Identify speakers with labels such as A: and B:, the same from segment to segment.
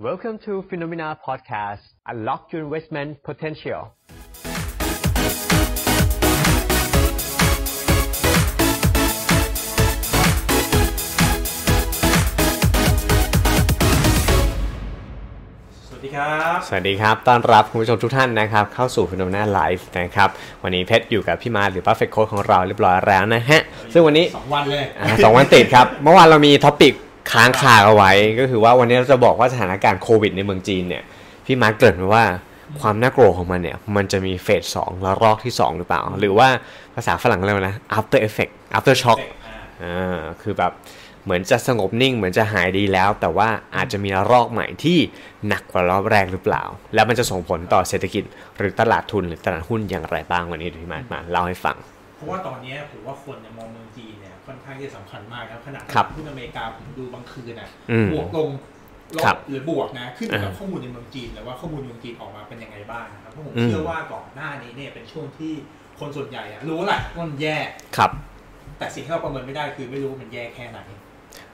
A: Welcome to Phenomena Podcast. Unlock your investment potential.
B: สวัสดีครับ
A: สวัสดีครับ ต้อนรับคุณผู้ชมทุกท่านนะครับ เข้าสู่ Phenomena Live นะครับ วันนี้เพชรอยู่กับพี่มาร์คหรือ Buffett Coach ของเราเรียบร้อยแล้วนะฮะ ซึ่งวันนี้
B: สองวันเลย
A: อ่าสองวันติดครับ เมื่อวานเรามีท็อปิกค้างคาเอาไว้ ก็คือว่าวันนี้เราจะบอกว่าสถานการณ์โควิดในเมืองจีนเนี่ย พี่มาร์คเกริ่นไว้ว่าความน่ากลัวของมันเนี่ย มันจะมีเฟสสองแล้วรอกที่สองหรือเปล่า หรือว่าภาษาฝรั่งเรียกว่านะ after effect after shock อ่าคือแบบเหมือนจะสงบนิ่งเหมือนจะหายดีแล้ว แต่ว่าอาจจะมีระลอกใหม่ที่หนักกว่ารอบแรกหรือเปล่า แล้วมันจะส่งผลต่อเศรษฐกิจ หรือตลาดทุนหรือตลาดหุ้นอย่างไรบ้างวันนี้เดี๋ยวพี่มาร์คมาเล่าให้ฟัง
B: เพราะว่าตอนเนี้ยผมว่าคนเนี่ยมองเมืองจีนเนี่ยค่อนข้างที่จะสำคัญมากนะขนาด
A: ครับ
B: หุ้นอเมริกาผมดูบางคืนน่ะ
A: อืม
B: บวกลงล
A: ครับ
B: บหรือบวกนะขึ้นอยู่กับ
A: อ่า
B: ข้อมูลในเมืองจีนแต่ว่าข้อมูลเมืองจีนออกมาเป็นยังไงบ้างนะครับเพราะผม
A: อืม
B: เชื่อว่าก่อนหน้านี้เนี่ยเป็นช่วงที่คนส่วนใหญ่อะรู้แหละว่ามันแย่
A: ครับ
B: แต่สิ่งที่เราประเมินไม่ได้คือไม่รู้ว่ามันแย่แค่ไหน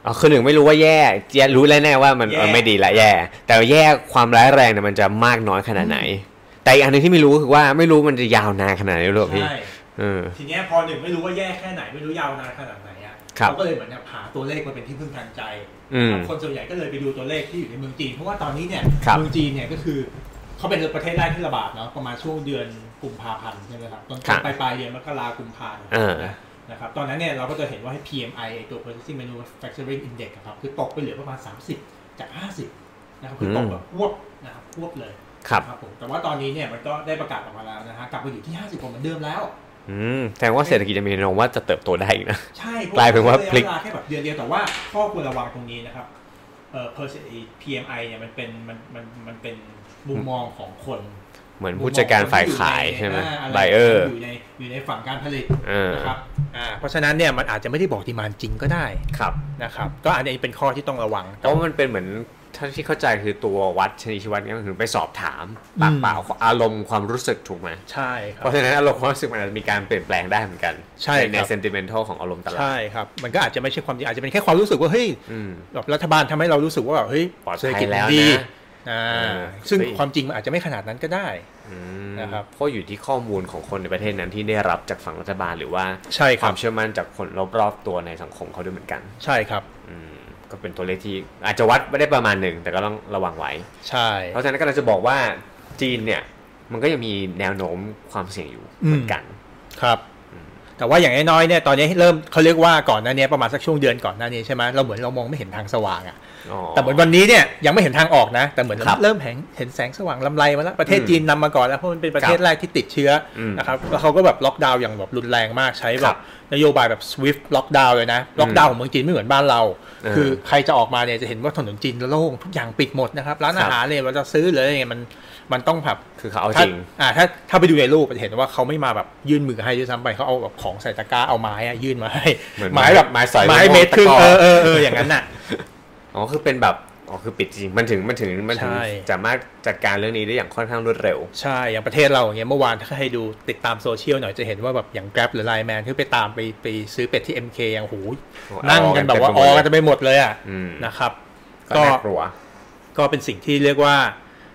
A: อ๋อคือหนึ่งไม่รู้ว่าแย่แย่รู้แน่ๆว่ามัน
B: แย่
A: เออไม่ดีละแย่ แต่แย่ความร้ายแรงเนี่ยมันจะมากน้อยขนาดไหน แต่อีกอันหนึงที่ไม่รู้ก็คือว่าไม่รู้มันจะยาวนานขนาดไหนหรอเปล่าพี่
B: ใช่
A: เออ
B: ทีเนี้ยพอหนึ่งไม่รู้ว่าแย่แค่ไหนไม่รู้ยาวนานขนาดไหนอะ
A: ครับ
B: เขาก็เลยเหมือนแบบหาตัวเลขมาเป็นที่พึ่งทางใจ
A: อืม
B: คนส่วนใหญ่ก็เลยไปดูตัวเลขที่อยู่ในเมืองจีนเพราะว่าตอนนี้เนี่ย
A: ครับ
B: เมืองจีนเนี่ยก็คือเขาเป็นประเทศแรกที่ระบาดเนาะประมาณช่วงเดือนกุมภาพันธ์ใช่ไหมครับตอนปลายปลายๆเดือนมกรากุมภาพันธ์
A: เออ
B: นะครับตอนนั้นเนี่ยเราก็จะเห็นว่าให้ PMI ไอ้ตัว Purchasing Manufacturing Index อะครับคือตกไปเหลือประมาณ 30 จาก 50นะครับคือตกแบบพวบนะครับพวบเลย
A: ครับ
B: ครับผมแต่ว่าตอนนี้เนี่ยมันก็ได้ประกาศออกมาแล้วนะฮะกลับมาอยู่ที่ 50กว่าเหมือนเดิมแล้ว
A: อืมแสดงว่าเศรษฐกิจจะมีแนวโน้มว่าจะเติบโตได้อีกนะ
B: ใช่
A: กลายเป็นว่า
B: พ
A: พลิก
B: ระระยะเวลาแค่แบบเดือนเดียวแต่ว่าข้อควรระวังตรงนี้นะครับเอ่อ Perse- PMI เนี่ยมันเป็นมันมันมันเป็นมุมมองของคน
A: เหมือนผู้จัดการฝ่ายขายใช่ไหมไบเออร์
B: อยู่ในอยู่ในฝั่งการผลิต
A: เออ
B: นะครับอ่าเพราะฉะนั้นเนี่ยมันอาจจะไม่ได้บอกดีมานจริงก็ได้
A: ครับ
B: นะครับก็อันนี้เป็นข้อที่ต้องระวัง
A: เพราะมันเป็นเหมือนถ้าที่เข้าใจคือตัววัดชนิดชีวัดเนี่ยก็คือไปสอบถามปาก
B: อืม
A: เปล่าอารมณ์ความรู้สึกถูกไหม
B: ใช่ครั
A: เพ
B: บ
A: ราะฉะนั้นอารมณ์ความรู้สึกมันอาจจะมีการเปลี่ยนแปลงได้เหมือนกัน
B: ใช่
A: นใน
B: ครับ
A: sentimental ของอารมณ์ตลาด
B: ใช่ครับ มันก็อาจจะไม่ใช่ความจริงอาจจะเป็นแค่ความรู้สึกว่าเฮ้ย
A: อืม
B: แบบรัฐบาลทำให้เรารู้สึกว่าแบบเฮ้ย
A: ปลอดภัย
B: เศรษฐกิจ
A: แล้ว
B: ดี
A: นะ
B: อ่า
A: เออ
B: ซึ่งความจริงมันอาจจะไม่ขนาดนั้นก็ได้
A: อืม
B: นะครับ
A: เพราะอยู่ที่ข้อมูลของคนในประเทศนั้นที่ได้รับจากฝั่งรัฐบาลหรือว่า
B: ใช่ค
A: ค
B: รั
A: วา
B: บ
A: มเชื่อมั่นจากคนรอบๆตัวในสังคมเขาด้วยเหมือนกัน
B: ใช่ครับ
A: อืมก็เป็นตัวเลขที่อาจจะวัดไม่ได้ประมาณหนึ่งแต่ก็ต้องระวังไว้
B: ใช่
A: เพราะฉะนั้นก็เราจะบอกว่าจีนเนี่ย มันก็ยังมีแนวโน้มความเสี่ยงอยู่
B: อืม
A: เหมือนกัน
B: ครับ แต่ว่าอย่างน้อยๆเนี่ยตอนนี้เริ่มเขาเรียกว่าก่อนหน้านี้ประมาณสักช่วงเดือนก่อนหน้านี้ใช่ไหมเราเหมือนเรามองไม่เห็นทางสว่างอะแต่เหมือนวันนี้เนี่ยยังไม่เห็นทางออกนะ แต่เหมือน
A: ครับ
B: เริ่มเห็นเห็นแสงสว่างลำไรมาแล้วประเทศ
A: อืม
B: จีนนำมาก่อนแล้วเพราะมันเป็นประเทศแรกที่ติดเชื้ออ
A: ม
B: นะครับแล้วเขาก็แบบล็อกดาวน์อย่างแบบรุนแรงมากใช้แบ
A: ครับ
B: บนโยบายแบบ swift ล็อกดาวน์เลยนะล็อกดาวน์ของเมืองจีนไม่เหมือนบ้านเรา
A: เออ
B: คือใครจะออกมาเนี่ยจะเห็นว่าถนนจีนโล่งทุกอย่างปิดหมดนะครับร้าน
A: ครั
B: อา
A: บ
B: หารเนี่ยเราจะซื้อเลยเนี่ยมันมันต้องแบบ
A: คือเขาเอาจ
B: ถ้า
A: ริง
B: อ่าถ้าถ้าไปดูในรูปจะเห็นว่าเขาไม่มาแบบยื่นมือให้ด้วยซ้ำไปเขาเอาแบบของใส่ตะกร้าเอาไม้อะยื่นมาให้
A: เหมือน
B: ไม้แบบ
A: ไม้สอย
B: ไม้เมตรครึ่ง
A: ตะกร้อ
B: เออเออเอออย่างนั้น น่ะ
A: อ๋อคือเป็นแบบอ๋อคือปิดจริงมันถึงมันถึงมันถึง
B: ใช่
A: สามารถจัดการเรื่องนี้ได้อย่างค่อนข้างรวดเร็ว
B: ใช่อย่างประเทศเราอย่างเงี้ยเมื่อวานถ้าให้ดูติดตามโซเชียลหน่อยจะเห็นว่าแบบอย่าง Grab หรือ Line Man ที่ไปตามไปไปซื้อเป็ดที่ MK อย่างหูย
A: โอ้
B: นั่งกันแบบว่า
A: อ
B: อ
A: อ
B: อ
A: กั
B: กัน น
A: เต็
B: จะ
A: มไปหมดเลย
B: ไปหมดเลยอ่ะ
A: อืม
B: นะครับ
A: ก็น่ากลัว
B: ก็เป็นสิ่งที่เรียกว่า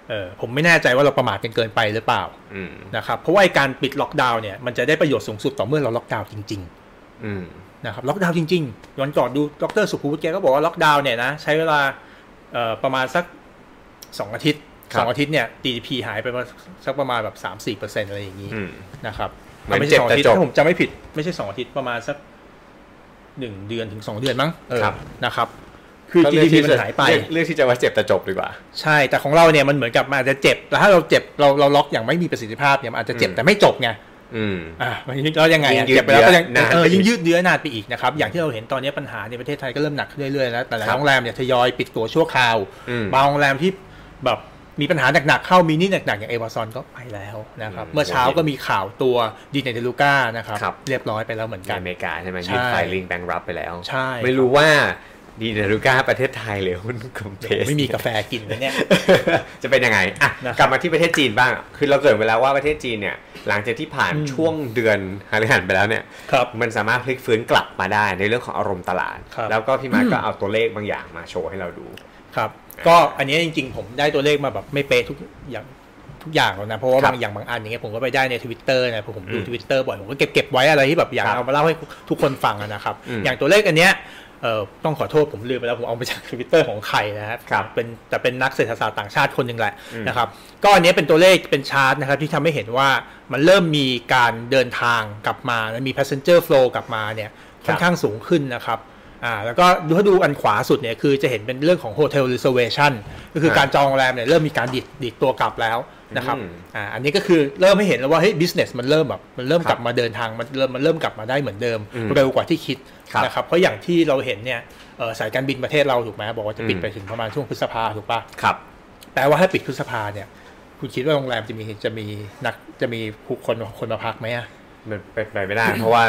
B: เออผมไม่แน่ใจว่าเราประมาทกันเกินไปหรือเปล่า
A: อืม
B: นะครับเพราะว่าไอ้การปิดล็อกดาวน์เนี่ยมันจะได้ประโยชน์สูงสุดต่อเมื่อเราล็อกดาวน์จริง ๆ
A: อืม
B: นะครับล็อกดาวน์จริงๆวันก่อนดูดรสุภูมิแกก็บอกว่าล็อกดาวน์เนี่ยนะใช้เวลาเอ่อประมาณสัก 2 อาทิตย์
A: ครับ
B: สองอาทิตย์เนี่ย GDP หายไปประมาณสักประมาณแบบ 3 4เปอร์เซ็นต์อะไรอย่างนี้
A: อืม
B: นะครับ
A: เหมือน
B: ไม่ใช่สองอาทิตย์
A: เจ็บแต่จบ
B: ถ้าผมจำไม่ผิดไม่ใช่ 2 อาทิตย์ประมาณสัก 1 เดือนถึง 2 เดือนมั้งเออ
A: ครับ
B: นะครับคือ
A: ก็เลืก
B: GDP
A: ที่
B: มั
A: จะ
B: นหายไป
A: เลือกเลือกที่จะไว้เจ็บแต่จบดีกว่า
B: ใช่แต่ของเราเนี่ยมันเหมือนกับมันอาจจะเจ็บแล้วถ้าเราเจ็บเราเราล็อกอย่างไม่มีประสิทธิภาพเนี่ยมันอาจจะเจ็บ
A: อืม
B: แต่ไม่จบไง
A: อืม
B: อ่ะแล้วยังไงอ่ะ
A: ยิ่งยืด
B: เก็บไปแล้วก็ยัง
A: เยื้อนาน
B: เออ
A: ไปอีก
B: ยิ่งยืดเยื้อนานไปอีกนะครับ อย่างที่เราเห็นตอนนี้ปัญหาในประเทศไทยก็เริ่มหนักขึ้นเรื่อยๆแล้วแต่ละ
A: ครับ
B: โรงแรมเนี่ยทยอยปิดตัวชั่วคราว
A: อืม
B: บางโรงแรมที่แบบมีปัญหาหนักๆเข้ามีหนี่หนักๆอย่างเอวาซอนก็ไปแล้วนะครับ
A: อืม
B: เมื่อเช้าก็มีข่าวตัวดีเนเดลูก้านะครับ
A: ครับ
B: เรียบร้อยไปแล้วเหมือน
A: ใน
B: กัน
A: อเมริกาใช่ไหม
B: ใช่
A: ยื่นไฟลิงแบงรับไปแล้ว
B: ใช่
A: ไม่รู้ว่าดีนารูก้าประเทศไทยหรือหุ้นคอมเพส
B: ไม่มีกาแฟกินเลยเนี่ย
A: จะเป็นยังไงอ่ะ
B: นะครับ
A: กลับมาที่ประเทศจีนบ้าง คือเราเกริดเวแลาว่าประเทศจีนเนี่ย หลังจากที่ผ่าน
B: อืม
A: ช่วงเดือนฮาริหันไปแล้วเนี่ย
B: ครับ
A: มันสามารถพลิกฟื้นกลับมาได้ในเรื่องของอารมณ์ตลาด
B: ครับ
A: แล้วก็พี่มาร์คก็เอาตัวเลขบางอย่างมาโชว์ให้เราดู
B: ครับ ก็อันนี้จริงๆ ผมได้ตัวเลขมาแบบไม่เป๊ะทุกอย่างทุกอย่างหรอกนะเพราะว่า
A: ครับ
B: บางอย่างบางอันอย่างเงี้ยผมก็ไปได้ในทวิตเตอร์นะผมผมดู
A: อืม
B: ทวิตเตอร์บ่อยผมก็เก็บเก็บไว้อะไรที่แบบอยาก
A: ครับ
B: เอามาเล่าให้ทุกคนฟังอะนะครับ
A: อืม
B: อย่างตัวเลขอันเนี้ยเอ่อต้องขอโทษผมลืมไปแล้วผมเอามาจากทวิตเตอร์ของใครนะครับ
A: ครับ
B: เป็นแต่เป็นนักเศรษฐศาสตร์ต่างชาติคนหนึ่งแหละ
A: อืม
B: นะครับก็อันเนี้ยเป็นตัวเลขเป็นชาร์ตนะครับที่ทำให้เห็นว่ามันเริ่มมีการเดินทางกลับมาและมี passenger flow กลับมาเนี่ยค่อนข้างสูงขึ้นนะครับ อ่าแล้วก็ดูถ้าดูอันขวาสุดเนี่ยคือจะเห็นเป็นเรื่องของ Hotel Reservation ก็คือ
A: ฮะ
B: การจองโรงแรมเนี่ยเริ่มมีการดิดดิดตัวกลับแล้วนะครับ
A: อืม
B: อ่าอันนี้ก็คือเริ่มให้เห็นแล้วว่าเฮ้ย business มันเริ่มแบบมันเริ่ม
A: ครับ
B: กลับมาเดินทางมันเริ่มมันเริ่มกลับมาได้เหมือนเดิม
A: อืม
B: เร็วกว่าที่คิด
A: ครับ
B: นะครับเพราะอย่างที่เราเห็นเนี่ยเอ่อสายการบินประเทศเราถูกไหมบอกว่าจะปิด
A: อืม
B: ไปถึงประมาณช่วงพฤษภาถูกปะ
A: ครับ
B: แปลว่าถ้าปิดพฤษภาเนี่ยคุณคิดว่าโรงแรมจะมีจะมีนักจะมีผู้คนคนมาพักไหมอะ
A: มันเป็นไปไม่ได้ เพราะว่า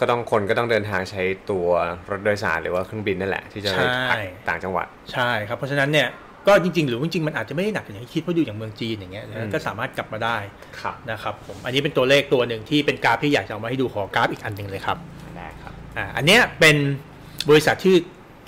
A: ก็ต้องคนก็ต้องเดินทางใช้ตัวรถโดยสารหรือว่าเครื่องบินนั่นแหละ ที่จะไป
B: ใช่
A: ต่างจังหวัด
B: ใช่ครับ เพราะฉะนั้นเนี่ยก็จริงๆ หรือจริงๆ มันอาจจะไม่ได้หนักอย่างที่คิดเพราะดูอย่างเมืองจีนอย่างเงี้ยนะ
A: อืม
B: ก็สามารถกลับมาได้
A: ครับ
B: นะครับผมอันนี้เป็นตัวเลขตัวหนึ่งที่เป็นกราฟที่อยากจะเอามาให้ดูขอกราฟอีกอันหนึ่งเลยครับ
A: ได้ครับ
B: อ่าอันเนี้ยเป็นบริษัทชื่อ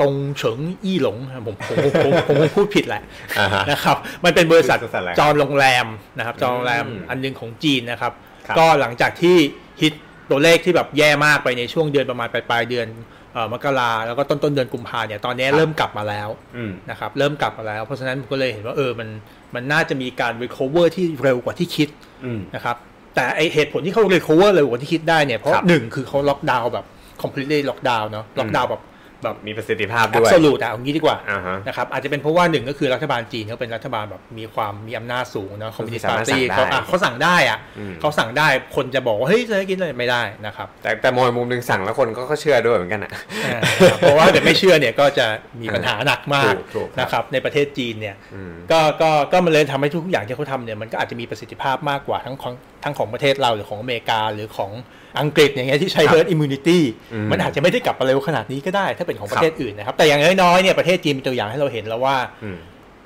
B: ตรงเฉิงอี้หลงครับผมผมผมผมผมคงพูดผิดแหละ
A: อ่าฮะ
B: นะครับมันเป็นบริษัท
A: บริษัทอะไร
B: จองโรงแรมนะครับจองโรงแรม
A: อืม
B: อันหนึงของจีนนะครับ
A: ครับ
B: ก็หลังจากที่ฮิตตัวเลขที่แบบแย่มากไปในช่วงเดือนประมาณปลายๆเดือนเอ่อมกราแล้วก็ต้นต้นๆเดือนกุมภาเนี่ยตอนเนี้ยเริ่มกลับมาแล้ว
A: อืม
B: นะครับเริ่มกลับมาแล้ว เพราะฉะนั้นผมก็เลยเห็นว่าเออมันมันน่าจะมีการ recover ที่เร็วกว่าที่คิด
A: อืม
B: นะครับแต่ไอเหตุผลที่เขา recover เร็วกว่าที่คิดได้เนี่ยเพราะ
A: ครับ
B: หนึ่งคือเขาล็อกดาวน์แบบ completely ล็อกดาวน์เนาะล็อกดาวน์แบบแบบ
A: มีประสิทธิภาพ
B: อั
A: ด้
B: บ
A: วย
B: สลูดอะเอางี้ดีกว่า
A: อ่าฮะ
B: นะครับอาจจะเป็นเพราะว่าหนึ่งก็คือรัฐบาลจีนเขาเป็นรัฐบาลแบบมีความมีอำนาจสูงเนาะคอมมิวนิสต์
A: สาา
B: ปาม
A: รถ
B: ร์ตี้
A: สั่งได้
B: เขาอ่ะเขาสั่งได้อ่ะ
A: อืม
B: เขาสั่งได้คนจะบอกว่าเฮ้ยจะกินอะไรไม่ได้ นะครับ
A: แต่แต่มองอีกมุมหนึ่งสั่งแล้วคนก็ก็เชื่อด้วยเหมือนกันอ่ะ
B: อ่าครับเพราะว่าเดี๋ยวไม่เชื่อเนี่ยก็จะมีปัญหาหนักมาก
A: ถูกถูกครับ
B: นะครับในประเทศจีนเนี่ย
A: อืม
B: ก็ก็ก็มันเลยทำให้ทุกอย่างที่เขาทำเนี่ยมันก็อาจจะมีประสิทธิภาพมากกว่าทั้งของทั้งของประเทศเราหรือของอเมริกาหรือของอังกฤษอย่างเงี้ยที่ใช้ herd immunity
A: อืม
B: มันอาจจะไม่ได้กลับมาเร็วขนาดนี้ก็ได้ถ้าเป็นของ
A: ครับ
B: ประเทศอื่นนะครับแต่อย่างน้อยๆเนี่ยประเทศจีนมีตัวอย่างให้เราเห็นแล้วว่า
A: อืม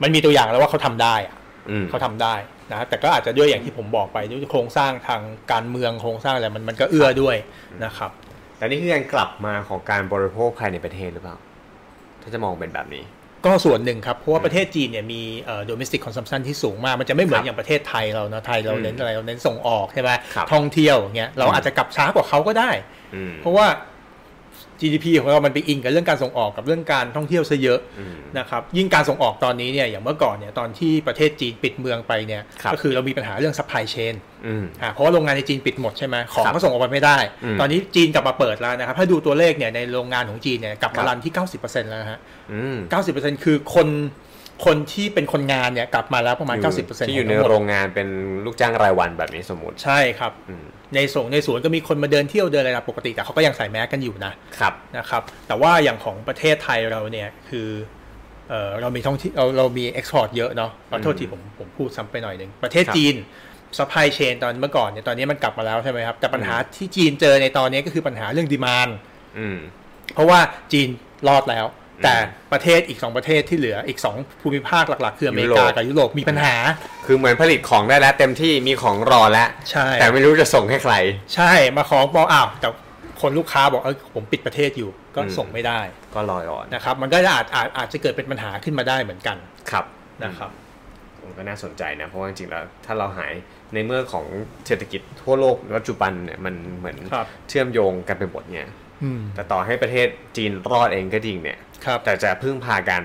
B: มันมีตัวอย่างแล้วว่าเขาทำได้อะ
A: อืม
B: เขาทำได้นะครับแต่ก็อาจจะด้วยอย่างที่ผมบอกไปด้วยโครงสร้างทางการเมืองโครงสร้างอะไรมันมันก็เอื้อด้วยนะครับ
A: แต่นี่คือการกลับมาของการบริโภคภายในประเทศหรือเปล่า ถ้าจะมองเป็นแบบนี้
B: ก็ส่วนหนึ่งครับ เพราะว่าประเทศจีนเนี่ยมีเอ่อ domestic consumption ที่สูงมาก มันจะไม่เหมือนอย่างประเทศไทยเราเนาะไทยเรา
A: อืม
B: เน้นอะไรเราเน้นส่งออกใช่ไหม
A: ครับ
B: ท่องเที่ยวอย่างเงี้ยเรา
A: อืม
B: อาจจะกลับช้ากว่าเขาก็ได้
A: อืม
B: เพราะว่า GDP ของเรามันไปอิงกับเรื่องการส่งออกกับเรื่องการท่องเที่ยวซะเยอะ
A: อืม
B: นะครับยิ่งการส่งออกตอนนี้เนี่ยอย่างเมื่อก่อนเนี่ยตอนที่ประเทศจีนปิดเมืองไปเนี่ย
A: ครับ
B: ก็คือเรามีปัญหาเรื่อง supply chain
A: อืม
B: อ่าเพราะว่าโรงงานในจีนปิดหมดใช่ไหมของ
A: ครับ
B: ก็ส่งออกไปไม่ได้
A: อืม
B: ตอนนี้จีนกลับมาเปิดแล้วนะครับถ้าดูตัวเลขเนี่ยในโรงงานของจีนเนี่ยกลับ
A: ครั
B: มา
A: บ
B: รันที่ 90%แล้วนะฮะ
A: อืม
B: 90%คือคนคนที่เป็นคนงานเนี่ยกลับมาแล้วประมาณ 90%
A: ที่อยู่ใน
B: ขงทั้งหมด
A: โรงงานเป็นลูกจ้างรายวันแบบนี้สมมติ
B: ใช่ครับ
A: อืม
B: ในสวนในสวนก็มีคนมาเดินเที่ยวเดินอะไรปกติ แต่เขาก็ยังใส่แมสกันอยู่นะครับ นะครับ แต่ว่าอย่างของประเทศไทยเราเนี่ยคือเออเรามีท่องเที่ยวเราเรามีเอ็กซ์พอร์ตเยอะเนาะขอโทษ
A: อืม
B: ทีผมผมพูดซ้ำไปหน่อยหนึ่งประเทศ
A: ครับ
B: จีนซัพพลายเชนตอนเมื่อก่อนเนี่ยตอนนี้มันกลับมาแล้วใช่ไหมครับ แต่ปัญหาที่จีนเจอในตอนนี้ก็คือปัญหาเรื่องดีมาน
A: ืม
B: เพราะว่าจีนรอดแล้ว
A: อืม
B: แต่ประเทศอีก 2 ประเทศที่เหลืออีก 2 ภูมิภาคหลัก ๆ คืออเมริ
A: ยุโร
B: กา
A: ป
B: กับยุโรปมีปัญหา
A: คือเหมือนผลิตของได้แล้ว เต็มที่มีของรอแล้ว
B: ใช่
A: แต่ไม่รู้จะส่งให้ใคร
B: ใช่มาของบอกอ้าว แต่คนลูกค้าบอกเออผมปิดประเทศอยู่ก็
A: อืม
B: ส่งไม่ได้
A: ก็รอยอ่อน
B: นะครับ มันก็อาจอาจอาจจะเกิดเป็นปัญหาขึ้นมาได้เหมือนกัน
A: ครับ
B: นะครับ
A: มันก็น่าสนใจนะ เพราะว่าจริงๆแล้ว ถ้าเราหายในเมื่อของเศรษฐกิจทั่วโลกปัจจุบันเนี่ยมันเหมือน
B: ครับ
A: เชื่อมโยงกันไปหมดเนี่ย
B: อืม
A: แต่ต่อให้ประเทศจีนรอดเองก็จริงเนี่ย
B: ครับ
A: แต่จะพึ่งพาการ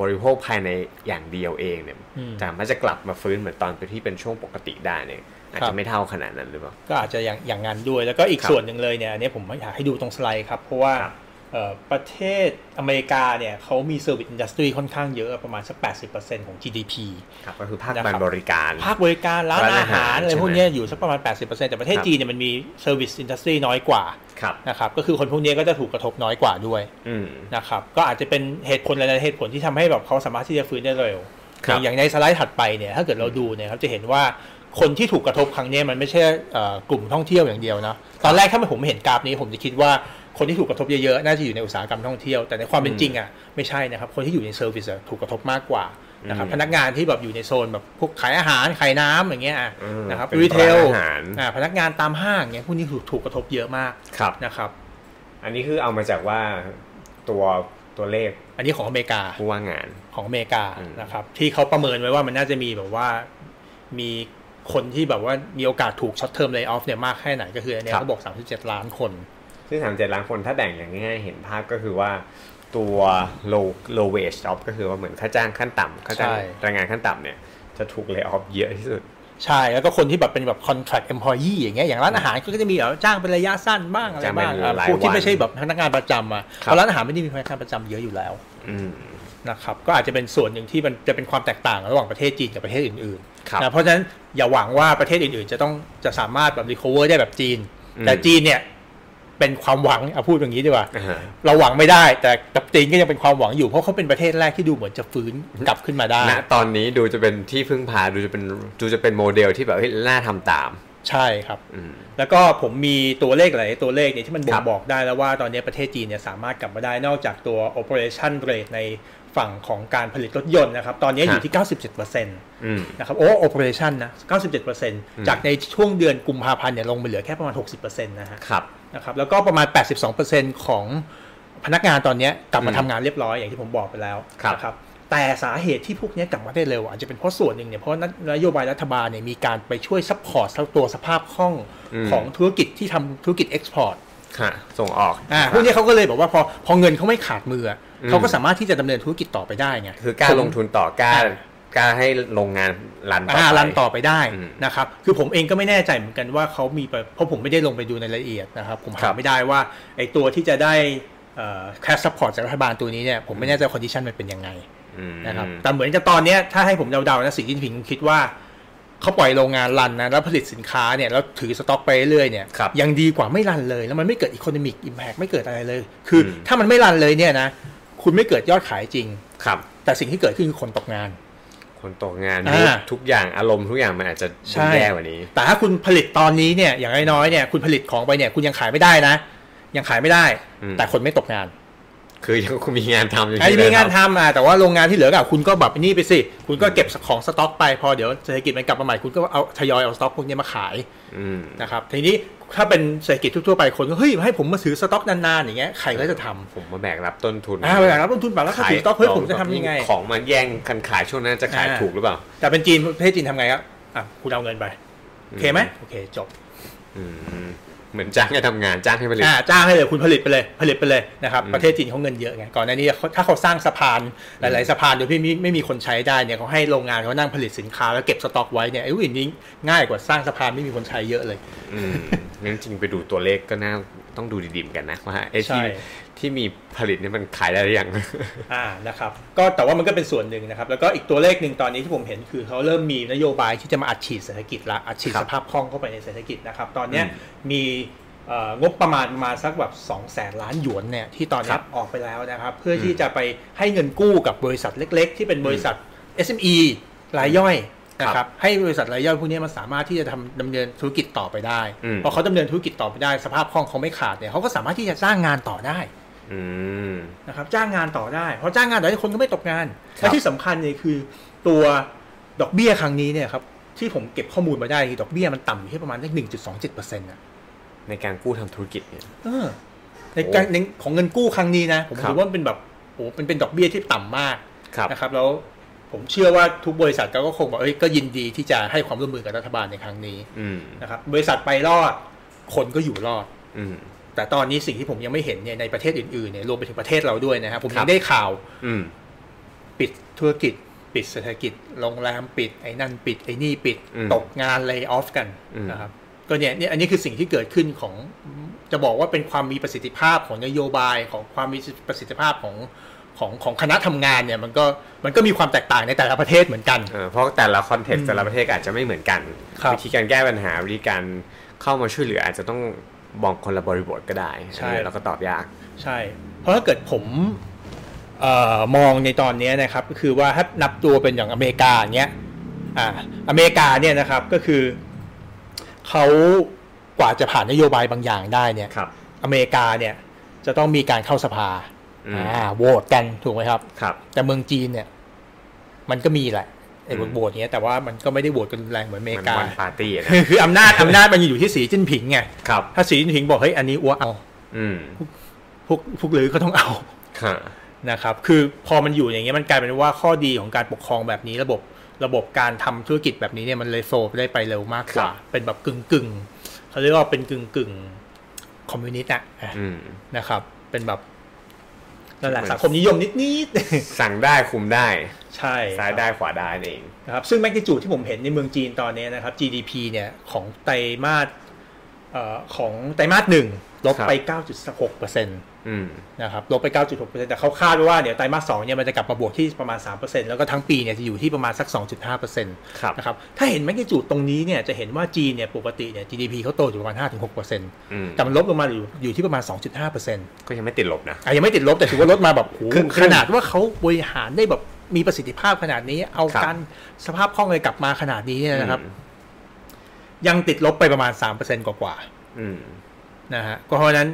A: บริโภคภายในอย่างเดียวเองเนี่ย
B: อืม
A: สามารถจะกลับมาฟื้นเหมือนตอนที่เป็นช่วงปกติได้เนี่ยอาจ
B: ครั
A: จะ
B: บ
A: ไม่เท่าขนาดนั้นหรือเปล่า
B: ก็อาจจะอย่างอย่างนั้นด้วย แล้วก็อีก
A: ครับ
B: ส่วนหนึ่งเลยเนี่ยอันนี้ผมอยากให้ดูตรงสไลด์ครับ เพราะว่า
A: ครับ
B: เอ่อประเทศอเมริกาเนี่ยเขามีเซอร์วิสอินดัสทรีค่อนข้างเยอะประมาณสัก80%ของ GDP
A: ครับก็คือภาค
B: นะ
A: การ
B: คั
A: ร
B: บ
A: บริการ
B: ภาคบริการร้าน
A: ร้านอา
B: อา
A: หา
B: หาร รอะไร
A: ใช่ไหม
B: พวกเนี้ยอยู่สักประมาณ 80%แต่ประเทศจีนเนี่ยมันมีเซอร์วิสอินดัสทรีน้อยกว่า
A: ครับ
B: นะครับก็คือคนพวกเนี้ยก็จะถูกกระทบน้อยกว่าด้วย
A: อืม
B: นะครับก็อาจจะเป็นเหตุผลหลายๆเหตุผลที่ทำให้แบบเขาสามารถที่จะฟื้นได้เร็ว
A: ครับ
B: อย่างในสไลด์ถัดไปเนี่ยถ้าเกิดเราดูเนี่ยครับจะเห็นว่าคนที่ถูกกระทบครั้งเนี้ยมันไม่ใช่เอ่อกลุ่มท่องเที่ยวอย่างเดียวนะตอนแรกถ้าผมเห็นกราฟนี้ผมจะคิดว่าคนที่ถูกกระทบเยอะๆน่าจะอยู่ในอุตสาหกรรมท่องเที่ยวแต่ในความเป็นจริงอ่ะไม่ใช่นะครับคนที่อยู่ในเซอร์วิสอะถูกกระทบมากกว่านะครับ
A: อืม
B: พนักงานที่แบบอยู่ในโซนแบบพวกขายอาหารขายน้ำอย่างเงี้ยอะ
A: อืม
B: นะครับ
A: เป็น
B: รีเท
A: ร้า
B: ล
A: นอาหาร
B: อ่าพนักงานตามห้างเนี่ยพวกนี้ถูกถูกกระทบเยอะมาก
A: ครับ
B: นะครับ
A: อันนี้คือเอามาจากว่าตัวตัวเลข
B: อั นนี้ของอเมริกา
A: ผู้ว่างงาน
B: ของอเมริกา
A: อืม
B: นะครับ ที่เขาประเมินไว้ว่ามันน่าจะมีแบบว่ามีคนที่แบบว่ามีโอกาสถูกช็อตเทอมเลย์ออฟเนี่ยมากแค่ไหนก็คืออันเนี้ยเขาบอก 37 ล้านคน
A: ซึ่งสามเจ็ดล้านคนถ้าแบ่งอย่างง่ายๆเห็นภาพก็คือว่าตัว low low wage job ก็คือว่าเหมือนค่าจ้างขั้นต่ำค่าจ้าง
B: ใช่
A: แรงงานขั้นต่ำเนี่ยจะถูกเล y off เยอะที่สุด
B: ใช่แล้วก็คนที่แบบเป็นแบบ contract employee อย่างเงี้ยอย่างร้านอาหารก็จะมีแบบจ้างเป็นระยะสั้นบ้างอะไร
A: จ้างเป็น
B: บ้างอ่ะ
A: รายวัน
B: พวกที่ไม่ใช่แบบพนักงานประจำอ่ะ
A: ครับ
B: เพราะร้านอาหารไม่ได้มีพนักงานประจำเยอะอยู่แล้ว
A: อืม
B: นะครับก็อาจจะเป็นส่วนหนึ่งที่มันจะเป็นความแตกต่างระหว่างประเทศจีนกับประเทศอื่น
A: ครับ
B: ๆนะเพราะฉะนั้นอย่าหวังว่าประเทศอื่นๆ จะต้องจะสามารถแบบ recover ได้แบบจีน
A: อืม
B: แต่จีนเนี่ยเป็นความหวังเอาพูดอย่างนี้ดีกว่า
A: อ่าฮะ
B: เราหวังไม่ได้ แต่กับจีนก็ยังเป็นความหวังอยู่เพราะเขาเป็นประเทศแรกที่ดูเหมือนจะฟื้นกลับขึ้นมาได้
A: ณตอนนี้ดูจะเป็นที่พึ่งพาดูจะเป็นดูจะเป็นโมเดลที่แบบเฮ้ยน่าทำตาม
B: ใช่ครับ
A: อืม
B: แล้วก็ผมมีตัวเลขหลายตัวเลขเนี่ยที่มันบ่
A: ครั
B: ง
A: บ
B: บอกได้แล้วว่าตอนนี้ประเทศจีนเนี่ยสามารถกลับมาได้นอกจากตัว operation rate ในฝั่งของการผลิตรถยนต์นะครับ ตอนนี้อยู่ที่ 97%น
A: อืม
B: ะครับโอ้ operation นะ 97%จากในช่วงเดือนกุมภาพันธ์เนี่ยลงมาเหลือแค่ประมาณ 60%นะฮะ
A: ครับ
B: นะครับแล้วก็ประมาณ 82%ของพนักงานตอนเนี้ยกลับมา
A: อืม
B: ทำงานเรียบร้อยอย่างที่ผมบอกไปแล้ว
A: ครับ
B: นะครับแต่สาเหตุที่พวกเนี้ยกลับมาได้เร็วอาจจะเป็นเพราะส่วนหนึ่งเนี่ยเพราะนโยบายรัฐบาลเนี่ยมีการไปช่วยซัพพอร์ตตัวสภาพคล่อง ของธุรกิจที่ทำธุรกิจเอ็กซ์พอร์ต
A: ค่ะส่งออก
B: อ่าพวกนี้เขาก็เลยบอกว่าพอพอเงินเขาไม่ขาดมืออ่ะเขาก็สามารถที่จะดำเนินธุรกิจต่อไปได้ไง
A: คือกล้าลงทุนต่อกล้ากล้าให้โรงงานรันต่อ
B: อ่า
A: ไป
B: รันต่อไปได้
A: อืม
B: นะครับ คือผมเองก็ไม่แน่ใจเหมือนกันว่าเขามีไปเพราะผมไม่ได้ลงไปดูในรายละเอียดนะครับ ผม
A: ครั
B: หา
A: บ
B: ไม่ได้ว่าไอ้ตัวที่จะได้แคสซัพพอร์ตจากรัฐบาลตัวนี้เนี่ยผมไม่แน่ใจคอนดิชันมันเป็นยังไง
A: อืม
B: นะครับแต่เหมือนกับตอนเนี้ยถ้าให้ผมเดาๆนะสีจิ้นผิงคิดว่าเขาปล่อยโรงงานรันนะแล้วผลิตสินค้าเนี่ยแล้วถือสต็อกไปเรื่อยๆเนี่ย
A: ครับ
B: ยังดีกว่าไม่รันเลยแล้วมันไม่เกิดอีโคโนมิกอิมแพกไม่เกิดอะไรเลย คืออ
A: ม
B: ถ้ามันไม่รันเลยเนี่ยนะ คุณไม่เกิดยอดขายจริง
A: ครับ
B: แต่สิ่งที่เกิดขึ้นคือคนตกงาน
A: คนตกงาน
B: อ่า
A: ทุกอย่างอารมณ์ทุกอย่างมันอาจจะดูแย่กว่านี้
B: แต่ถ้าคุณผลิตตอนนี้เนี่ยอย่างน้อยๆเนี่ยคุณผลิตของไปเนี่ยคุณยังขายไม่ได้นะ ยังขายไม่ได้
A: อืม
B: แต่คนไม่ตกงาน
A: คือยังคงมีงานทำอยู่
B: ไอ้
A: ที่
B: มี
A: เดิม
B: งานทำอ่ะแต่ว่าโรงงานที่เหลืออ่ะคุณก็แบบนี่ไปสิ คุณก็เก็บของสต็อกไปพอเดี๋ยวเศรษฐกิจมันกลับมาใหม่คุณก็เอาทยอยเอาสต็อกพวกเนี้ยมาขาย
A: อืม
B: นะครับทีนี้ถ้าเป็นเศรษฐกิจทั่วๆไปคนก็เฮ้ยให้ผมมาถือสต็อกนานๆอย่างเงี้ยใครก็จะทำ
A: ผมมาแบกรับต้นทุน
B: อ่าเวลารับลงทุนแบบแล้วถ้าถือสต็อกเฮ้ยผมจะทำยังไง
A: ของมันแย่งกันขายช่วงนั้นจะขาย
B: อ่า
A: ถูกหรือเปล่า
B: แต่เป็นจีนประเทศจีนทำไงครับอ่ะคุณเอาเงินไป โอเคไหม
A: อืม
B: โอเคจบ
A: อืมเหมือนจ้างให้ทำงานจ้างให้ผลิต
B: อ่าจ้างให้เลยคุณผลิตไปเลยผลิตไปเลยนะครับ
A: อืม
B: ประเทศจีนเขาเงินเยอะไงก่อนหน้านี้เขาถ้าเขาสร้างสะพานหลายๆสะพานโดยที่ไม่ไม่มีคนใช้ได้เนี่ยเขาให้โรงงานเขานั่งผลิตสินค้าแล้วเก็บสต็อกไว้เนี่ยไอ้วินนี้ง่ายกว่าสร้างสะพานไม่มีคนใช้เยอะเลย
A: อืมงั้นจริงไปดูตัวเลขก็น่าต้องดูดีๆเหมือนกันนะว่าไอ้ที่
B: ใช่
A: ที่มีผลิตเนี่ยมันขายได้หรือยัง
B: อ่านะครับก็แต่ว่ามันก็เป็นส่วนหนึ่งนะครับแล้วก็อีกตัวเลขหนึ่งตอนนี้ที่ผมเห็นคือเขาเริ่มมีนโยบายที่จะมาอัดฉีดเศรษฐกิจละอัดฉีด
A: ครับ
B: สภาพคล่องเข้าไปในเศรษฐกิจนะครับตอนเนี้ย
A: อืม
B: มีเอ่องบประมาณประมาณสักแบบ2 0 0แสนล้านหยวนเนี่ยที่ตอน
A: ค
B: นี้
A: รับ
B: ออกไปแล้วนะครับเพื่อที่จะไปให้เงินกู้กับบริษัทเล็ก ๆ ที่เป็นบริษัท SME รายย่อยนะค
A: ครั
B: รั
A: บบ
B: ให้บริษัทรายย่อยพวกนี้มันสามารถที่จะทำดำเนินธุรกิจต่อไปได้
A: อืม
B: พอเขาดำเนินธุรกิจต่อไปได้สภาพคล่องเขาไม่ขาดเนี่ยเขาก็สามารถที่จะสร้างงานต่อได้
A: อืม
B: นะครับจ้างงานต่อได้เพราะจ้างงานต่อได้คนก็ไม่ตกงาน
A: ครับ
B: และที่สำคัญเนี่ยคือตัวดอกเบี้ยครั้งนี้เนี่ยครับที่ผมเก็บข้อมูลมาได้คือดอกเบี้ยมันต่ำอยู่ที่ประมาณหนึ่งจุดสองเจ็ดเปอร์เซ็นต์อ่ะ
A: ในการกู้ทำธุรกิจเนี่ย
B: เออในการ
A: โอ้
B: ในของเงินกู้ครั้งนี้นะผม
A: ครับ
B: ถือว่ามันเป็นแบบโอ้เป็นเป็นดอกเบี้ยที่ต่ำมาก
A: ครับ
B: นะครับแล้วผมเชื่อว่าทุกบริษัทก็คงบอกเอ้ยก็ยินดีที่จะให้ความร่วมมือกับรัฐบาลในครั้งนี้
A: อืม
B: นะครับบริษัทไปรอดคนก็อยู่รอด
A: อืม
B: แต่ตอนนี้สิ่งที่ผมยังไม่เห็นเนี่ยในประเทศอื่นๆเนี่ยรวมไปถึงประเทศเราด้วยนะครับผม
A: ครั
B: ยั
A: บ
B: งได้ข่าว
A: อืม
B: ปิดธุรกิจ ปิดเศรษฐกิจโรงแรมปิดไอ้นั่นปิดไอ้นี่ปิด
A: อืม
B: ตกงานเลยออฟกัน
A: อืม
B: นะครับก็เนี่ยเนี่ยอันนี้คือสิ่งที่เกิดขึ้นของจะบอกว่าเป็นความมีประสิทธิภาพของนโยบายของความมีประสิทธิภาพของของของคณะทำงานเนี่ยมันก็มันก็มีความแตกต่างในแต่ละประเทศเหมือนกัน
A: เออเพราะแต่ละคอนเทก
B: อื
A: ต์
B: ม
A: แต่ละประเทศก็อาจจะไม่เหมือนกัน
B: ครับ
A: วิธีการแก้ปัญหาวิธีการเข้ามาช่วยเหลืออาจจะต้องมองคนละบริบทก็ได้
B: ใช่
A: เออเราก็ตอบยาก
B: ใช่ เพราะถ้าเกิดผมเอ่อมองในตอนเนี้ยนะครับก็คือว่าถ้านับตัวเป็นอย่างอเมริกาอย่างเนี้ยอ่าอเมริกาเนี่ยนะครับก็คือเขากว่าจะผ่านนโยบายบางอย่างได้เนี่ย
A: ครับ
B: อเมริกาเนี่ยจะต้องมีการเข้าสภา
A: อืม
B: อ่าโหวตกันถูกไหมครับ
A: ครับ
B: แต่เมืองจีนเนี่ยมันก็มีแหละไอ้
A: อืม
B: โหวตๆเนี้ยแต่ว่ามันก็ไม่ได้โหวตกันรุนแรงเหมือนอเม
A: มั
B: ริ
A: น
B: กา
A: วันปาร์ตี้อะนะ
B: คือคืออำนาจอำนาจมันอยู่ที่สีจิ้นผิงไง
A: ครับ
B: ถ้าสีจิ้นผิงบอกเฮ้ยอันนี้อ้วเอา
A: อืม
B: พวกพวกหรือก็ต้องเอา
A: ค่ะ
B: นะครับคือพอมันอยู่อย่างเงี้ยมันกลายเป็นว่าข้อดีของการปกครองแบบนี้ระบบระบบการทำธุรกิจแบบนี้เนี่ยมันเลยโฟล์ได้ไปเร็วมากก
A: ครั
B: ว่า
A: บ
B: เป็นแบบกึ่งกึ่งๆเขาเรียกว่าเป็นกึ่งกึ่งๆคอมมิวนิสต์อะ
A: อืม
B: นะครับ เป็นแบบนั่นแหละ
A: เหมือน
B: สังคมนิยมนิดนิด
A: สั่งได้คุมได้
B: ๆ ใช่
A: ซ้ายได้ขวาได้นั่นเอง
B: นะครับซึ่งแมกนิจูดที่ผมเห็นในเมืองจีนตอนเนี้ยนะครับ GDP เนี่ยของไตรมาสเอ่อของไตรมาสหนึ่งลบ
A: ครับ
B: ไป 9.6เปอร์เซ็นต์
A: อืม
B: นะครับลบไป 9.6%แต่เขาคาดว่าเดี๋ยวไตรมาส2เนี่ยมันจะกลับมาบวกที่ประมาณ 3%แล้วก็ทั้งปีเนี่ยจะอยู่ที่ประมาณสัก 2.5%น
A: ครับ
B: ะครับถ้าเห็นแมกนิจูดตรงนี้เนี่ยจะเห็นว่าจีนเนี่ยปกติเนี่ย GDP เขาโตอยู่ประมาณ 5-6%
A: อืม
B: แต่มันลดลงมาอยู่อยู่ที่ประมาณ 2.5%
A: ก็ยังไม่ติดลบนะ
B: อ่ะยังไม่ติดลบแต่ถือว่าลดมาแบบโอ้
A: ครึ่
B: โห
A: ง
B: ขนาดว่าเขาบริหารได้แบบมีประสิทธิภาพขนาดนี้ เอา
A: ครับ
B: การสภาพคล่องเลยกลับมาขนาดนี้เนี่ยนะครับ
A: อืม
B: ยังติดลบไปประมาณ 3%กว่า
A: อืม
B: ๆนะฮะก็เพราะฉะนั้น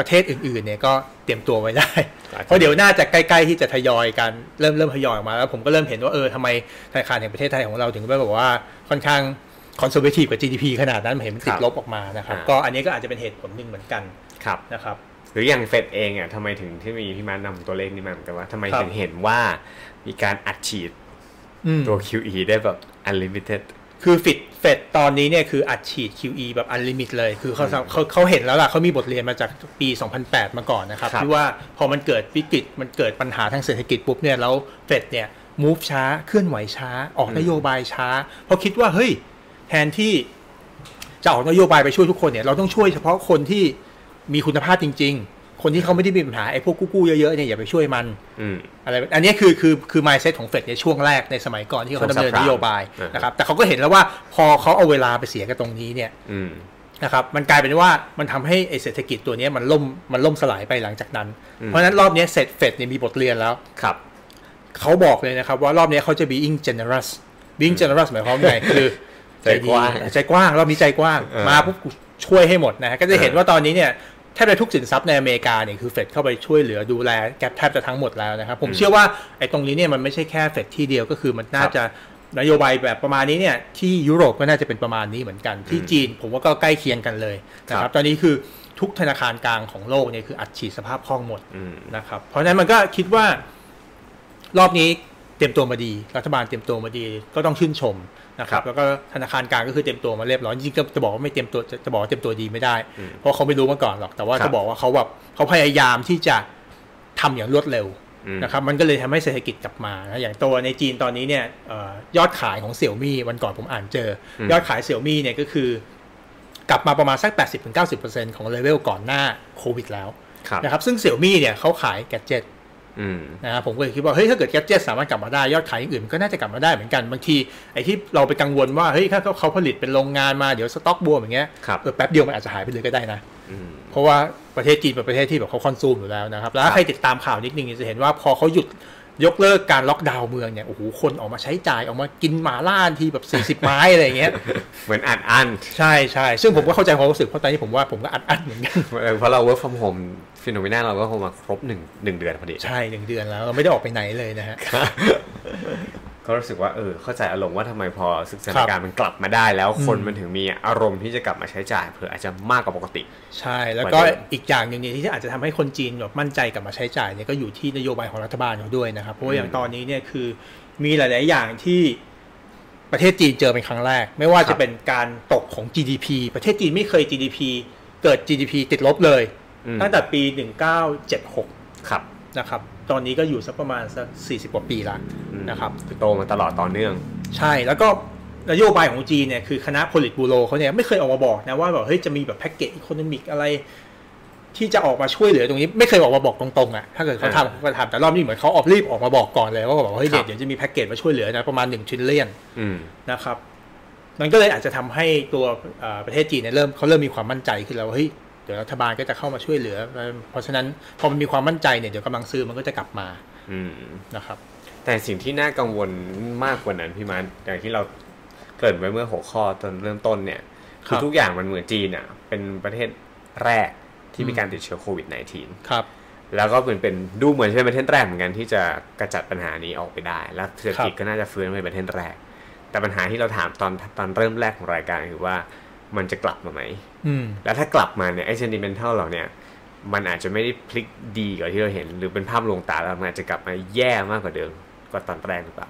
B: ประเทศอื่นๆเนี่ยก็เตรียมตัวไว้ได้
A: อาจจะ
B: เพราะเดี๋ยวน่าจะใกล้ๆที่จะทยอยกันเริ่มเริ่มทยอยออกมาแล้วผมก็เริ่มเห็นว่าเออทำไมธนาคารแห่งประเทศไทยของเราถึงแบบว่าค่อนข้างคอนเซอร์เวทีฟกับ GDP ขนาดนั้นเห็นมันติ
A: ค
B: ด
A: รับ
B: ลบออกมานะครับ
A: อ่า
B: ก็อันนี้ก็อาจจะเป็นเหตุผลหนึ่งเหมือนกัน
A: ครับ
B: นะครับ
A: หรืออย่างเฟดเองอ่ะทำไมถึงที่มีพี่มานำตัวเลขนี้มาเหมือนกันว่าทำไม
B: ครับ
A: ถึงเห็นว่ามีการอัดฉีด
B: อืม
A: ตัว QE ได้แบบ unlimited
B: คือฟิดเฟดตอนนี้เนี่ยคืออัดฉีด QE แบบอันลิมิตเลย คือเขาเขาเขาเห็นแล้วล่ะเขามีบทเรียนมาจากปี 2008 มาก่อนนะครับ
A: ครับ
B: ที่ว่าพอมันเกิดวิกฤตมันเกิดปัญหาทางเศรษฐกิจปุ๊บเนี่ยแล้วเฟดเนี่ยมูฟช้าเคลื่อนไหวช้า ออกนโยบายช้า เพราะคิดว่าเฮ้ยแทนที่ จะออกนโยบายไปช่วยทุกคนเนี่ยเราต้องช่วยเฉพาะคนที่มีคุณภาพจริง ๆ คนที่เขาไม่ได้มีปัญหาไอ้พวกกู้ๆเยอะๆเนี่ยอย่าไปช่วยมัน
A: อืม
B: อะไรแบบอันนี้คือคือคือ mindset ของเฟดในช่วงแรกในสมัยก่อนที่เขาดำเนินนโยบาย
A: ช่วงสงคราม
B: นะครับแต่เขาก็เห็นแล้วว่าพอเขาเอาเวลาไปเสียกับตรงนี้เนี่ย
A: อืม
B: นะครับมันกลายเป็นว่ามันทำให้ไอ้เศรษฐกิจตัวเนี้ยมันล่มมันล่มสลายไปหลังจากนั้น
A: อืม
B: เพราะฉะนั้นรอบเนี้ยเสร็จเฟดเนี่ยมีบทเรียนแล้ว
A: ครับ
B: เขาบอกเลยนะครับว่ารอบเนี้ยเขาจะ being generous being generous หมายความว่าไง คือ
A: ใจกว้าง
B: ดี ใจกว้าง รอบนี้ใจกว้าง
A: เออ
B: มาปุ๊บกูช่วยให้หมดนะฮะก็จะเห็น
A: เออ
B: ว่าตอนนี้เนี่ยแทบจะทุกสินทรัพย์ในอเมริกาเนี่ยคือเฟดเข้าไปช่วยเหลือดูแลแกแทบจะทั้งหมดแล้วนะครับ ผมเชื่อว่าไอ้ตรงนี้เนี่ยมันไม่ใช่แค่เฟดที่เดียวก็คือมันน่าจะนโยบายแบบประมาณนี้เนี่ยที่ยุโรปก็น่าจะเป็นประมาณนี้เหมือนกันที่จีน ผมว่าก็ใกล้เคียงกันเลยนะครับตอนนี้คือทุกธนาคารกลางของโลกเนี่ยคืออัดฉีดสภาพคล่องหมด
A: อืม
B: นะครับเพราะฉะนั้นมันก็คิดว่ารอบนี้เตรียมตัวมาดี รัฐบาลเตรียมตัวมาดีก็ต้องชื่นชมนะครับ แล้วก็ธนาคารกลางก็คือเตรียมตัวมาเรียบร้อยจริงๆก็จะบอกว่าไม่เตรียมตัวจะจะบอกว่าเตรียมตัวดีไม่ได้
A: อืม
B: เพราะเขาไม่รู้มาก่อนหรอกแต่
A: ค
B: ว่า
A: รับ
B: จะบอกว่าเขาแบบเขาพยายามที่จะทำอย่างรวดเร็ว
A: อืม
B: นะครับ มันก็เลยทำให้เศรษฐกิจกลับมานะอย่างตัวในจีนตอนนี้เนี่ยเอ่อยอดขายของเสี่ยมี่วันก่อนผมอ่านเจออ
A: ม
B: ยอดขายเสี่ยมี่เนี่ยก็คือ กลับมาประมาณสัก 80-90%ของเลเวลก่อนหน้าโควิดแล้ว
A: ครับ
B: นะครับซึ่งเสี่ยมี่เนี่ยเขาขายแกดเจิต
A: อืม
B: นะครับผมก็เลยคิดว่าเฮ้ยถ้าเกิดแกดเจิตสามารถกลับมาได้ยอดขายอย่างอื่นมันก็น่าจะกลับมาได้เหมือนกันบางทีไอ้ที่เราไปกังวลว่าเฮ้ยถ้าเขาผลิตเป็นโรงงานมาเดี๋ยวสต็อกบวมอย่างเงี้ย
A: ครับ
B: เออแป๊บเดียวมันอาจจะหายไปเลยก็ได้นะ
A: อืม
B: เพราะว่าประเทศจีนเป็นประเทศที่แบบเขาคอนซูมอยู่แล้วนะครับ แล้วถ้าใครติดตามข่าวนิดนึงเนี่ยจะเห็นว่าพอเขาหยุดยกเลิกการล็อกดาวน์เมืองเนี่ยโอ้โหคนออกมาใช้จ่ายออกมากินหมาล่าทีแบบ 40 ไม้อะไรอย่างเงี้ย
A: เหมือนอัดอั้น
B: ใช่ใช่ซึ่งผมก็เข้าใจความรู้สึกเพราะตอนนี้ผมว่าผมก็อัดอั้นเหมือนกัน
A: เออเพราะเรา work from home ฟิโนเมนาเราก็คงมาครบหนึ่งหนึ่งเดือนพอดี
B: ใช่หนึ่งเดือนแล้วเราไม่ได้ออกไปไหนเลยนะฮะ
A: ก็รู้สึกว่าเออเข้าใจอารมณ์ว่าทำไมพอสถา
B: ครั
A: น
B: บ
A: การณ์มันกลับมาได้แล้วคนมันถึงมีอารมณ์ที่จะกลับมาใช้จ่ายเผื่ออาจจะมากกว่าปกติ
B: ใช่ แล้วก็
A: ประเด็น
B: อีกอย่างหนึ่งเนี่ยที่อาจจะทำให้คนจีนแบบมั่นใจกลับมาใช้จ่ายเนี่ยก็อยู่ที่นโยบายของรัฐบาลเขาด้วยนะครับ เพราะว่าอย่าง
A: อืม
B: ตอนนี้เนี่ยคือมีหลาย ๆ อย่างที่ประเทศจีนเจอเป็นครั้งแรก ไม่ว่า
A: ครั
B: จะ
A: บ
B: เป็นการตกของ GDP ประเทศจีนไม่เคย GDP เกิด GDP ติดลบเลย
A: อืม
B: ตั้งแต่ปี 1976
A: ครับ
B: นะครับ ตอนนี้ก็อยู่สักประมาณสัก40 กว่าปีละ
A: อืม
B: นะครับ
A: โตมาตลอดต่อเนื่อง
B: ใช่แล้วก็นโยบายของจีนเนี่ยคือคณะ Politburo เขาเนี่ยไม่เคยออกมาบอกนะว่าแบบเฮ้ยจะมีแบบแพ็กเกจอีโคโนมิกอะไร ที่จะออกมาช่วยเหลือตรงนี้ ไม่เคยออกมาบอกตรงๆอะถ้าเกิดเขา
A: อ่า
B: ทำเขาก็ทำแต่รอบนี้เหมือนเขาออกรีบออกมาบอกก่อนเลยว่าแบบว่าเฮ้ย
A: ครับ
B: เดี๋ยวจะมีแพ็กเกจมาช่วยเหลือนะประมาณ1ชิ้นเลียน
A: อืม
B: นะครับมันก็เลยอาจจะทำให้ตัวเอ่อประเทศจีนเนี่ยเริ่มเขาเริ่มมีความมั่นใจขึ้นแล้วว่าเฮ้ยเดี๋ยวรัฐบาลก็จะเข้ามาช่วยเหลือ เพราะฉะนั้นพอมันมีความมั่นใจเนี่ยเดี๋ยวกำลังซื้อมันก็จะกลับมา
A: อืม
B: นะครับ
A: แต่สิ่งที่น่ากังวลมากกว่านั้นพี่มันอย่างที่เราเกริดไว้เมื่อหัวข้อตอนเริ่มต้นเนี่ย
B: ครับ
A: คือทุกอย่างมันเหมือนจีนอ่ะ เป็นประเทศแรกที่มีการติดเชื้อโควิด
B: ครับ
A: -19 แล้วก็เป็นเป็นดูเหมือนจะเป็นประเทศแรกเหมือนกันที่จะกระจัดปัญหานี้ออกไปได้ และเศรษฐกิจ
B: ครับ
A: ก็น่าจะฟื้นเป็นประเทศแรก แต่ปัญหาที่เราถามตอนตอนเริ่มแรกของรายการคือว่ามันจะกลับมาไหม
B: อืม
A: แล้วถ้ากลับมาเนี่ยไอ้เซนติเมนทัลเราเนี่ย มันอาจจะไม่ได้พลิกดีกว่าที่เราเห็น หรือเป็นภาพลวงตาแล้วมันอาจจะกลับมาแย่มากกว่าเดิมกว่าตอนแรกหรือเปล่า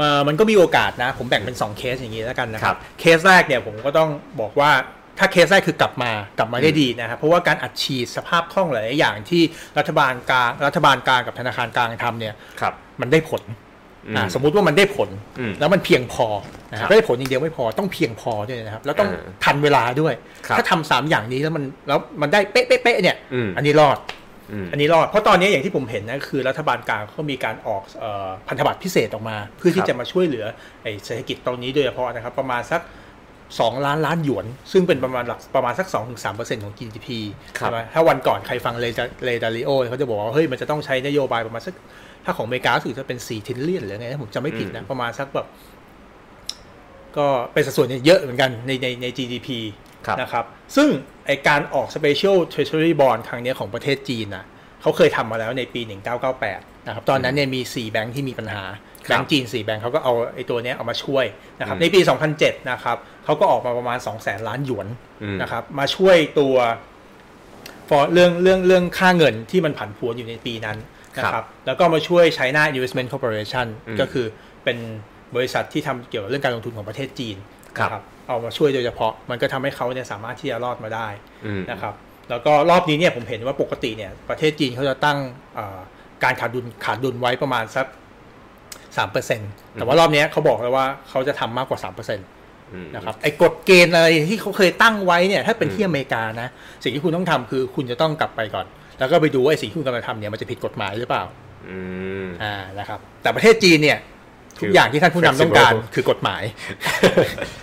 B: มามันก็มีโอกาสนะ ผมแบ่งเป็น 2 เคสอย่างนี้แล้วกันนะค
A: ครั
B: รับบ เคสแรกเนี่ยผมก็ต้องบอกว่าถ้าเคสแรกคือกลับมากลับมาได้ดีนะครับเพราะว่าการอัดฉีดสภาพคล่องหลายๆอย่างที่รัฐบาลกลางรัฐบาลกลางกับธนาคารกลางทำเนี่ยมันได้ผลอ่าสมมุติว่ามันได้ผล
A: อืม
B: แล้วมันเพียงพอนะค
A: ครั
B: รับบ ไม่ได้ผลอย่างเดียวไม่พอต้องเพียงพอด้วยนะครับแล้วต้อง
A: อ่า
B: ทันเวลาด้วย
A: ครับ
B: ถ้าทำสามอย่างนี้แล้วมันแล้วมันได้เป๊ะเป๊ะเป๊ะเนี่ย
A: อืม
B: อันนี้รอด
A: อืม
B: อันนี้รอด เพราะตอนนี้อย่างที่ผมเห็นนะคือรัฐบาลกลางเขามีการออกเอ่อพันธบัตรพิเศษออกมา เพื่อ
A: ค
B: ที่
A: รับ
B: จะมาช่วยเหลือไอ้เศรษฐกิจตรงนี้โดยเฉพาะนะครับ ประมาณสัก 2 ล้านล้านหยวน ซึ่งเป็นประมาณหลักประมาณสัก 2-3%ของ GDP
A: ครับ
B: ใช่ไหมถ้าวันก่อนใครฟังเลดาเลดาริโอเขาจะบอกว่า เฮ้ยมันจะต้องใช้นโยบายประมาณสัก ถ้าของอเมริการู้สึกจะเป็น 4 ทิลเลียนหรือไงนะผมจำไม่ผิดนะ ประมาณสักแบบ ก็เป็นสัดส่วนเยอะเหมือนกันในในใน GDP
A: ครับ
B: นะครับ ซึ่งไอการออก Special Treasury Bond ครั้งเนี้ยของประเทศจีนนะเขาเคยทำมาแล้วในปี 1998 นะครับ ตอนนั้นเนี่ยมี 4 แบงค์ที่มีปัญหา
A: ครับ
B: แบงค์จีน 4 แบงค์เขาก็เอาไอตัวเนี้ยเอามาช่วยนะครับ
A: อืม
B: ในปี 2007 นะครับเขาก็ออกมาประมาณ 200,000 ล้านหยวน
A: อืม
B: นะครับ มาช่วยตัว for เรื่องเรื่องเรื่องค่าเงินที่มันผันผวนอยู่ในปีนั้นนะค
A: ครั
B: รับบ แล้วก็มาช่วย China Investment Corporation
A: อืม
B: ก็คือเป็นบริษัทที่ทำเกี่ยวกับเรื่องการลงทุนของประเทศจีน
A: ครับ
B: นะเอามาช่วยโดยเฉพาะมันก็ทำให้เขาเนี่ยสามารถที่จะรอดมาได้
A: อืม
B: นะครับแล้วก็รอบนี้เนี่ยผมเห็นว่าปกติเนี่ยประเทศจีนเขาจะตั้งเอ่อการขาดดุลขาดดุลไว้ประมาณสักสามเปอร์เซ็นแต่ว่ารอบเนี้ยเขาบอกแล้วว่าเขาจะทำมากกว่าสามเปอร์เซ็น
A: อืม
B: นะครับไอ้กฎเกณฑ์อะไรที่เขาเคยตั้งไว้เนี่ยถ้าเป็นที่อเมริกานะสิ่งที่คุณต้องทำคือคุณจะต้องกลับไปก่อน แล้วก็ไปดูว่าไอ้สิ่งที่คุณกำลังทำเนี่ยมันจะผิดกฎหมายหรือเปล่า
A: อืม
B: อ่านะครับแต่ประเทศจีนเนี่ยทุกอย่างที่ท่านผู้นำต้องการคือกฎหมาย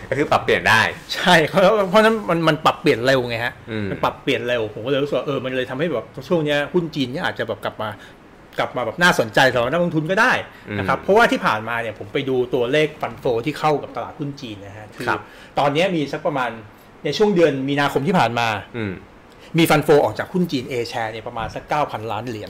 A: ก็คือปรับเปลี่ยนได้
B: ใช่เพราะเพราะฉะนั้นมันมันปรับเปลี่ยนเร็วไงฮะ
A: อืม
B: มันปรับเปลี่ยนเร็วผมก็เลยรู้สึกว่าเออมันเลยทำให้แบบช่วงเนี้ยหุ้นจีนเนี่ยอาจจะแบบกลับมากลับมาแบบน่าสนใจสำหรับนักลงทุนก็ได้นะครับเพราะว่าที่ผ่านมาเนี่ยผมไปดูตัวเลขฟันโฟที่เข้ากับตลาดหุ้นจีนนะฮะคือ
A: ครับ
B: ตอนเนี้ยมีสักประมาณในช่วงเดือนมีนาคมที่ผ่านมา
A: อืม
B: มีฟันโฟออกจากหุ้นจีน A share เนี่ยประมาณสัก 9,000 ล้านเหรียญ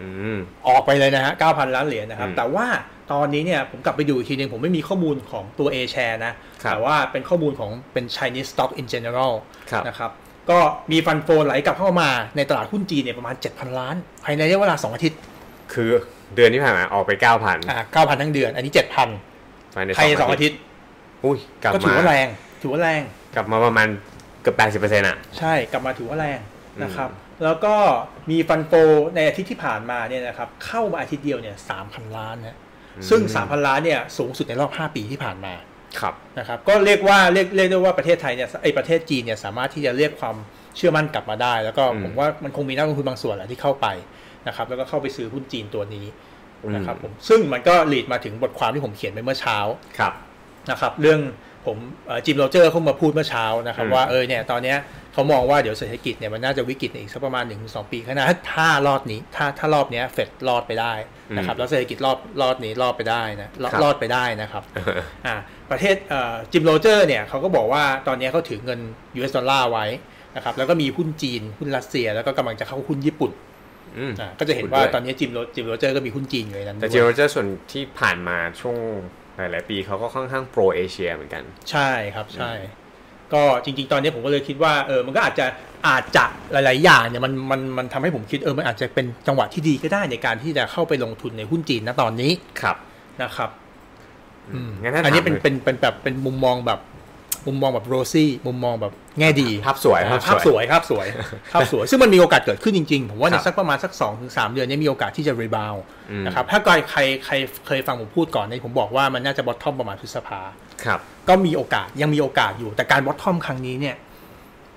A: อืม
B: ออกไปเลยนะฮะ 9,000 ล้านเหรียญนะครับ
A: อืม
B: แต่ว่าตอนนี้เนี่ยผมกลับไปดูอีกทีหนึงผมไม่มีข้อมูลของตัว A share นะ
A: ครับ
B: แต่ว่าเป็นข้อมูลของเป็น Chinese stock in general
A: ครับ
B: นะครับ ก็มีฟันโฟนไหลกลับเข้ามาในตลาดหุ้นจีนเนี่ยประมาณ 7,000 ล้าน ภายในระยะเวลา 2 อาทิตย์
A: คือเดือนที่ผ่านมาออกไปเก้าพัน
B: อ่า9,000 ทั้งเดือน อันนี้ 7,000
A: ภายใน
B: ภายใน2อาทิตย์
A: อุ้ยกลับ
B: ก็ถือ
A: มา
B: ว่าแรง ถือว่าแรง
A: กลับมาประมาณเกือบแปดสิบเปอร์เซ็นต์อ่ะ
B: ใช่กลับมาถือว่าแรงนะครับ
A: อื
B: แล้วก็มีฟันโฟในอาทิตย์ที่ผ่านมาเนี่ยนะครับเข้ามาอาทิตย์เดียวเนี่ยสามพันล้านนะซึ่ง 3,000 ล้านเนี่ยสูงสุดในรอบ 5 ปีที่ผ่านมา
A: ครับ
B: นะครับก็เรียกว่าเรียกเรียกได้ว่าประเทศไทยเนี่ยไอยประเทศจีนเนี่ยสามารถที่จะเรียกความเชื่อมั่นกลับมาได้ แล้วก็
A: อืม
B: ผมว่ามันคงมีนักลงทุนบางส่วนแหละที่เข้าไปนะครับแล้วก็เข้าไปซื้อหุ้นจีนตัวนี้นะครับผมซึ่งมันก็หลีดมาถึงบทความที่ผมเขียนไปเมื่อเช้า
A: ครับ
B: นะครับเรื่องผมจิมโรเจอร์เขามาพูดเมื่อเช้านะครับ
A: อืม
B: ว่าเออเนี่ยตอนเนี้ยเขามองว่าเดี๋ยวเศรษฐกิจเนี่ยมันน่าจะวิกฤตในอีกสักประมาณ1นถึงสปีข้างหน้าถ้าถ้ารอบนี้ถ้าถ้ารอบเนี้ยเฟดรอดไปได้นะครับ
A: อืม
B: แล้วเศรษฐกิจรอบรอบนี้รอดไปได้นะรอด
A: ครับ
B: รอดไปได้นะครับอ่าประเทศจิมโรเจอร์เนี่ยเขาก็บอกว่าตอนเนี้ยเขาถือเงิน US ดอลลาร์ไว้นะครับแล้วก็มีหุ้นจีนหุ้นรัสเซีย แล้วก็กำลังจะเข้าหุ้นญี่ปุ่น
A: อืม
B: อ่าก็จะเห็นว่าตอนเนี้จิมโรจิมโรเจอร์ก็มีหุ้นจีนอยู่ในนั้นด้
A: แต่
B: วย
A: เจโรเจอร์ส่วนที่ผ่านมาช่วงหลาย ๆ ปีเขาก็ค่อนข้างโปรเอเชียเหมือนกัน
B: ใช่ครับใช่ ก็จริง ๆ ตอนนี้ผมก็เลยคิดว่าเออมันก็อาจจะอาจจะหลาย ๆ อย่างเนี่ยมันมันมันทำให้ผมคิดเออมันอาจจะเป็นจังหวะที่ดีก็ได้ในการที่จะเข้าไปลงทุนในหุ้นจีนนะตอนนี้
A: ครับ
B: นะครับอืม
A: งั้นถ้า
B: อันนี้เป็น
A: ถามเลย
B: เป็นเป็นแบบเป็นมุมมองแบบ มุมมองแบบโรซี่มุมมองแบบแง่ดี
A: ภาพสวย
B: อ่าภาพสวยภาพสวย ภาพสวยซึ่งมันมีโอกาสเกิดขึ้นจริง ๆ ผมว่า
A: ค
B: ใน
A: รับ
B: สักประมาณสัก2อถึงสเดือนเนี้มีโอกาสที่จะรีบาว
A: อืม
B: นะครับถ้าใครใครใครเคยฟังผมพูดก่อนเนี่ยผมบอกว่ามันน่าจะบอททอมประมาณพฤษภา
A: ครับ
B: ก็มีโอกาสยังมีโอกาสอยู่แต่การบอททอมครั้งนี้เนี่ย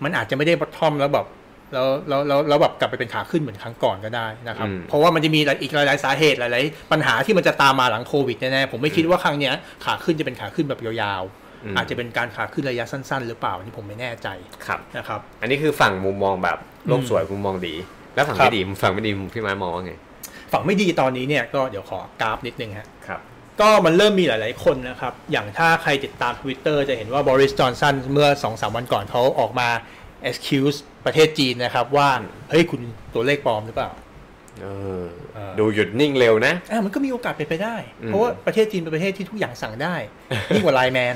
B: มันอาจจะไม่ได้บอททอมแล้วแบบแล้วแล้วแล้วแล้วแบบกลับไปเป็นขาขึ้นเหมือนครั้งก่อนก็ได้นะครับ
A: อืม
B: เพราะว่ามันจะมีอีกหลายๆสาเหตุหลายๆปัญหาที่มันจะตามมาหลังโควิดแน่ๆผมไม่คิดว่าครั้งเนี้ยขาขึ้นจะเป็นขาขึ้นแบบยาวๆ อาจจะเป็นการขาขึ้นระยะสั้น ๆ หรือเปล่าอันนี่ผมไม่แน่ใจ
A: ครับ
B: นะครับ
A: อันนี้คือฝั่งมุมมองแบบโลกสวยมุมมองดี แล้วฝั่ง
B: ครับ
A: ไม่ดีฝั่งไม่ดีพี่ไม้มองว่าไง
B: ฝั่งไม่ดีตอนนี้เนี่ยก็เดี๋ยวขอกราฟนิดนึงฮะ
A: ครับ
B: ก็มันเริ่มมีหลาย ๆ คนนะครับ อย่างถ้าใครติดตาม Twitter จะเห็นว่าบริสจอนสันเมื่อ2อสวันก่อนเขาออกมา excuse ประเทศจีนนะครับว่า เฮ้ยคุณตัวเลขปลอมหรือเปล่า
A: เออ
B: เออ
A: ดูหยุดนิ่งเร็วนะ
B: อ่ามันก็มีโอกาสเป็นไปได้
A: อืม
B: เพราะว่าประเทศจีนเป็นประเทศที่ทุกอย่างสั่ง ได้ ยิ่งกว่าไลน์แมน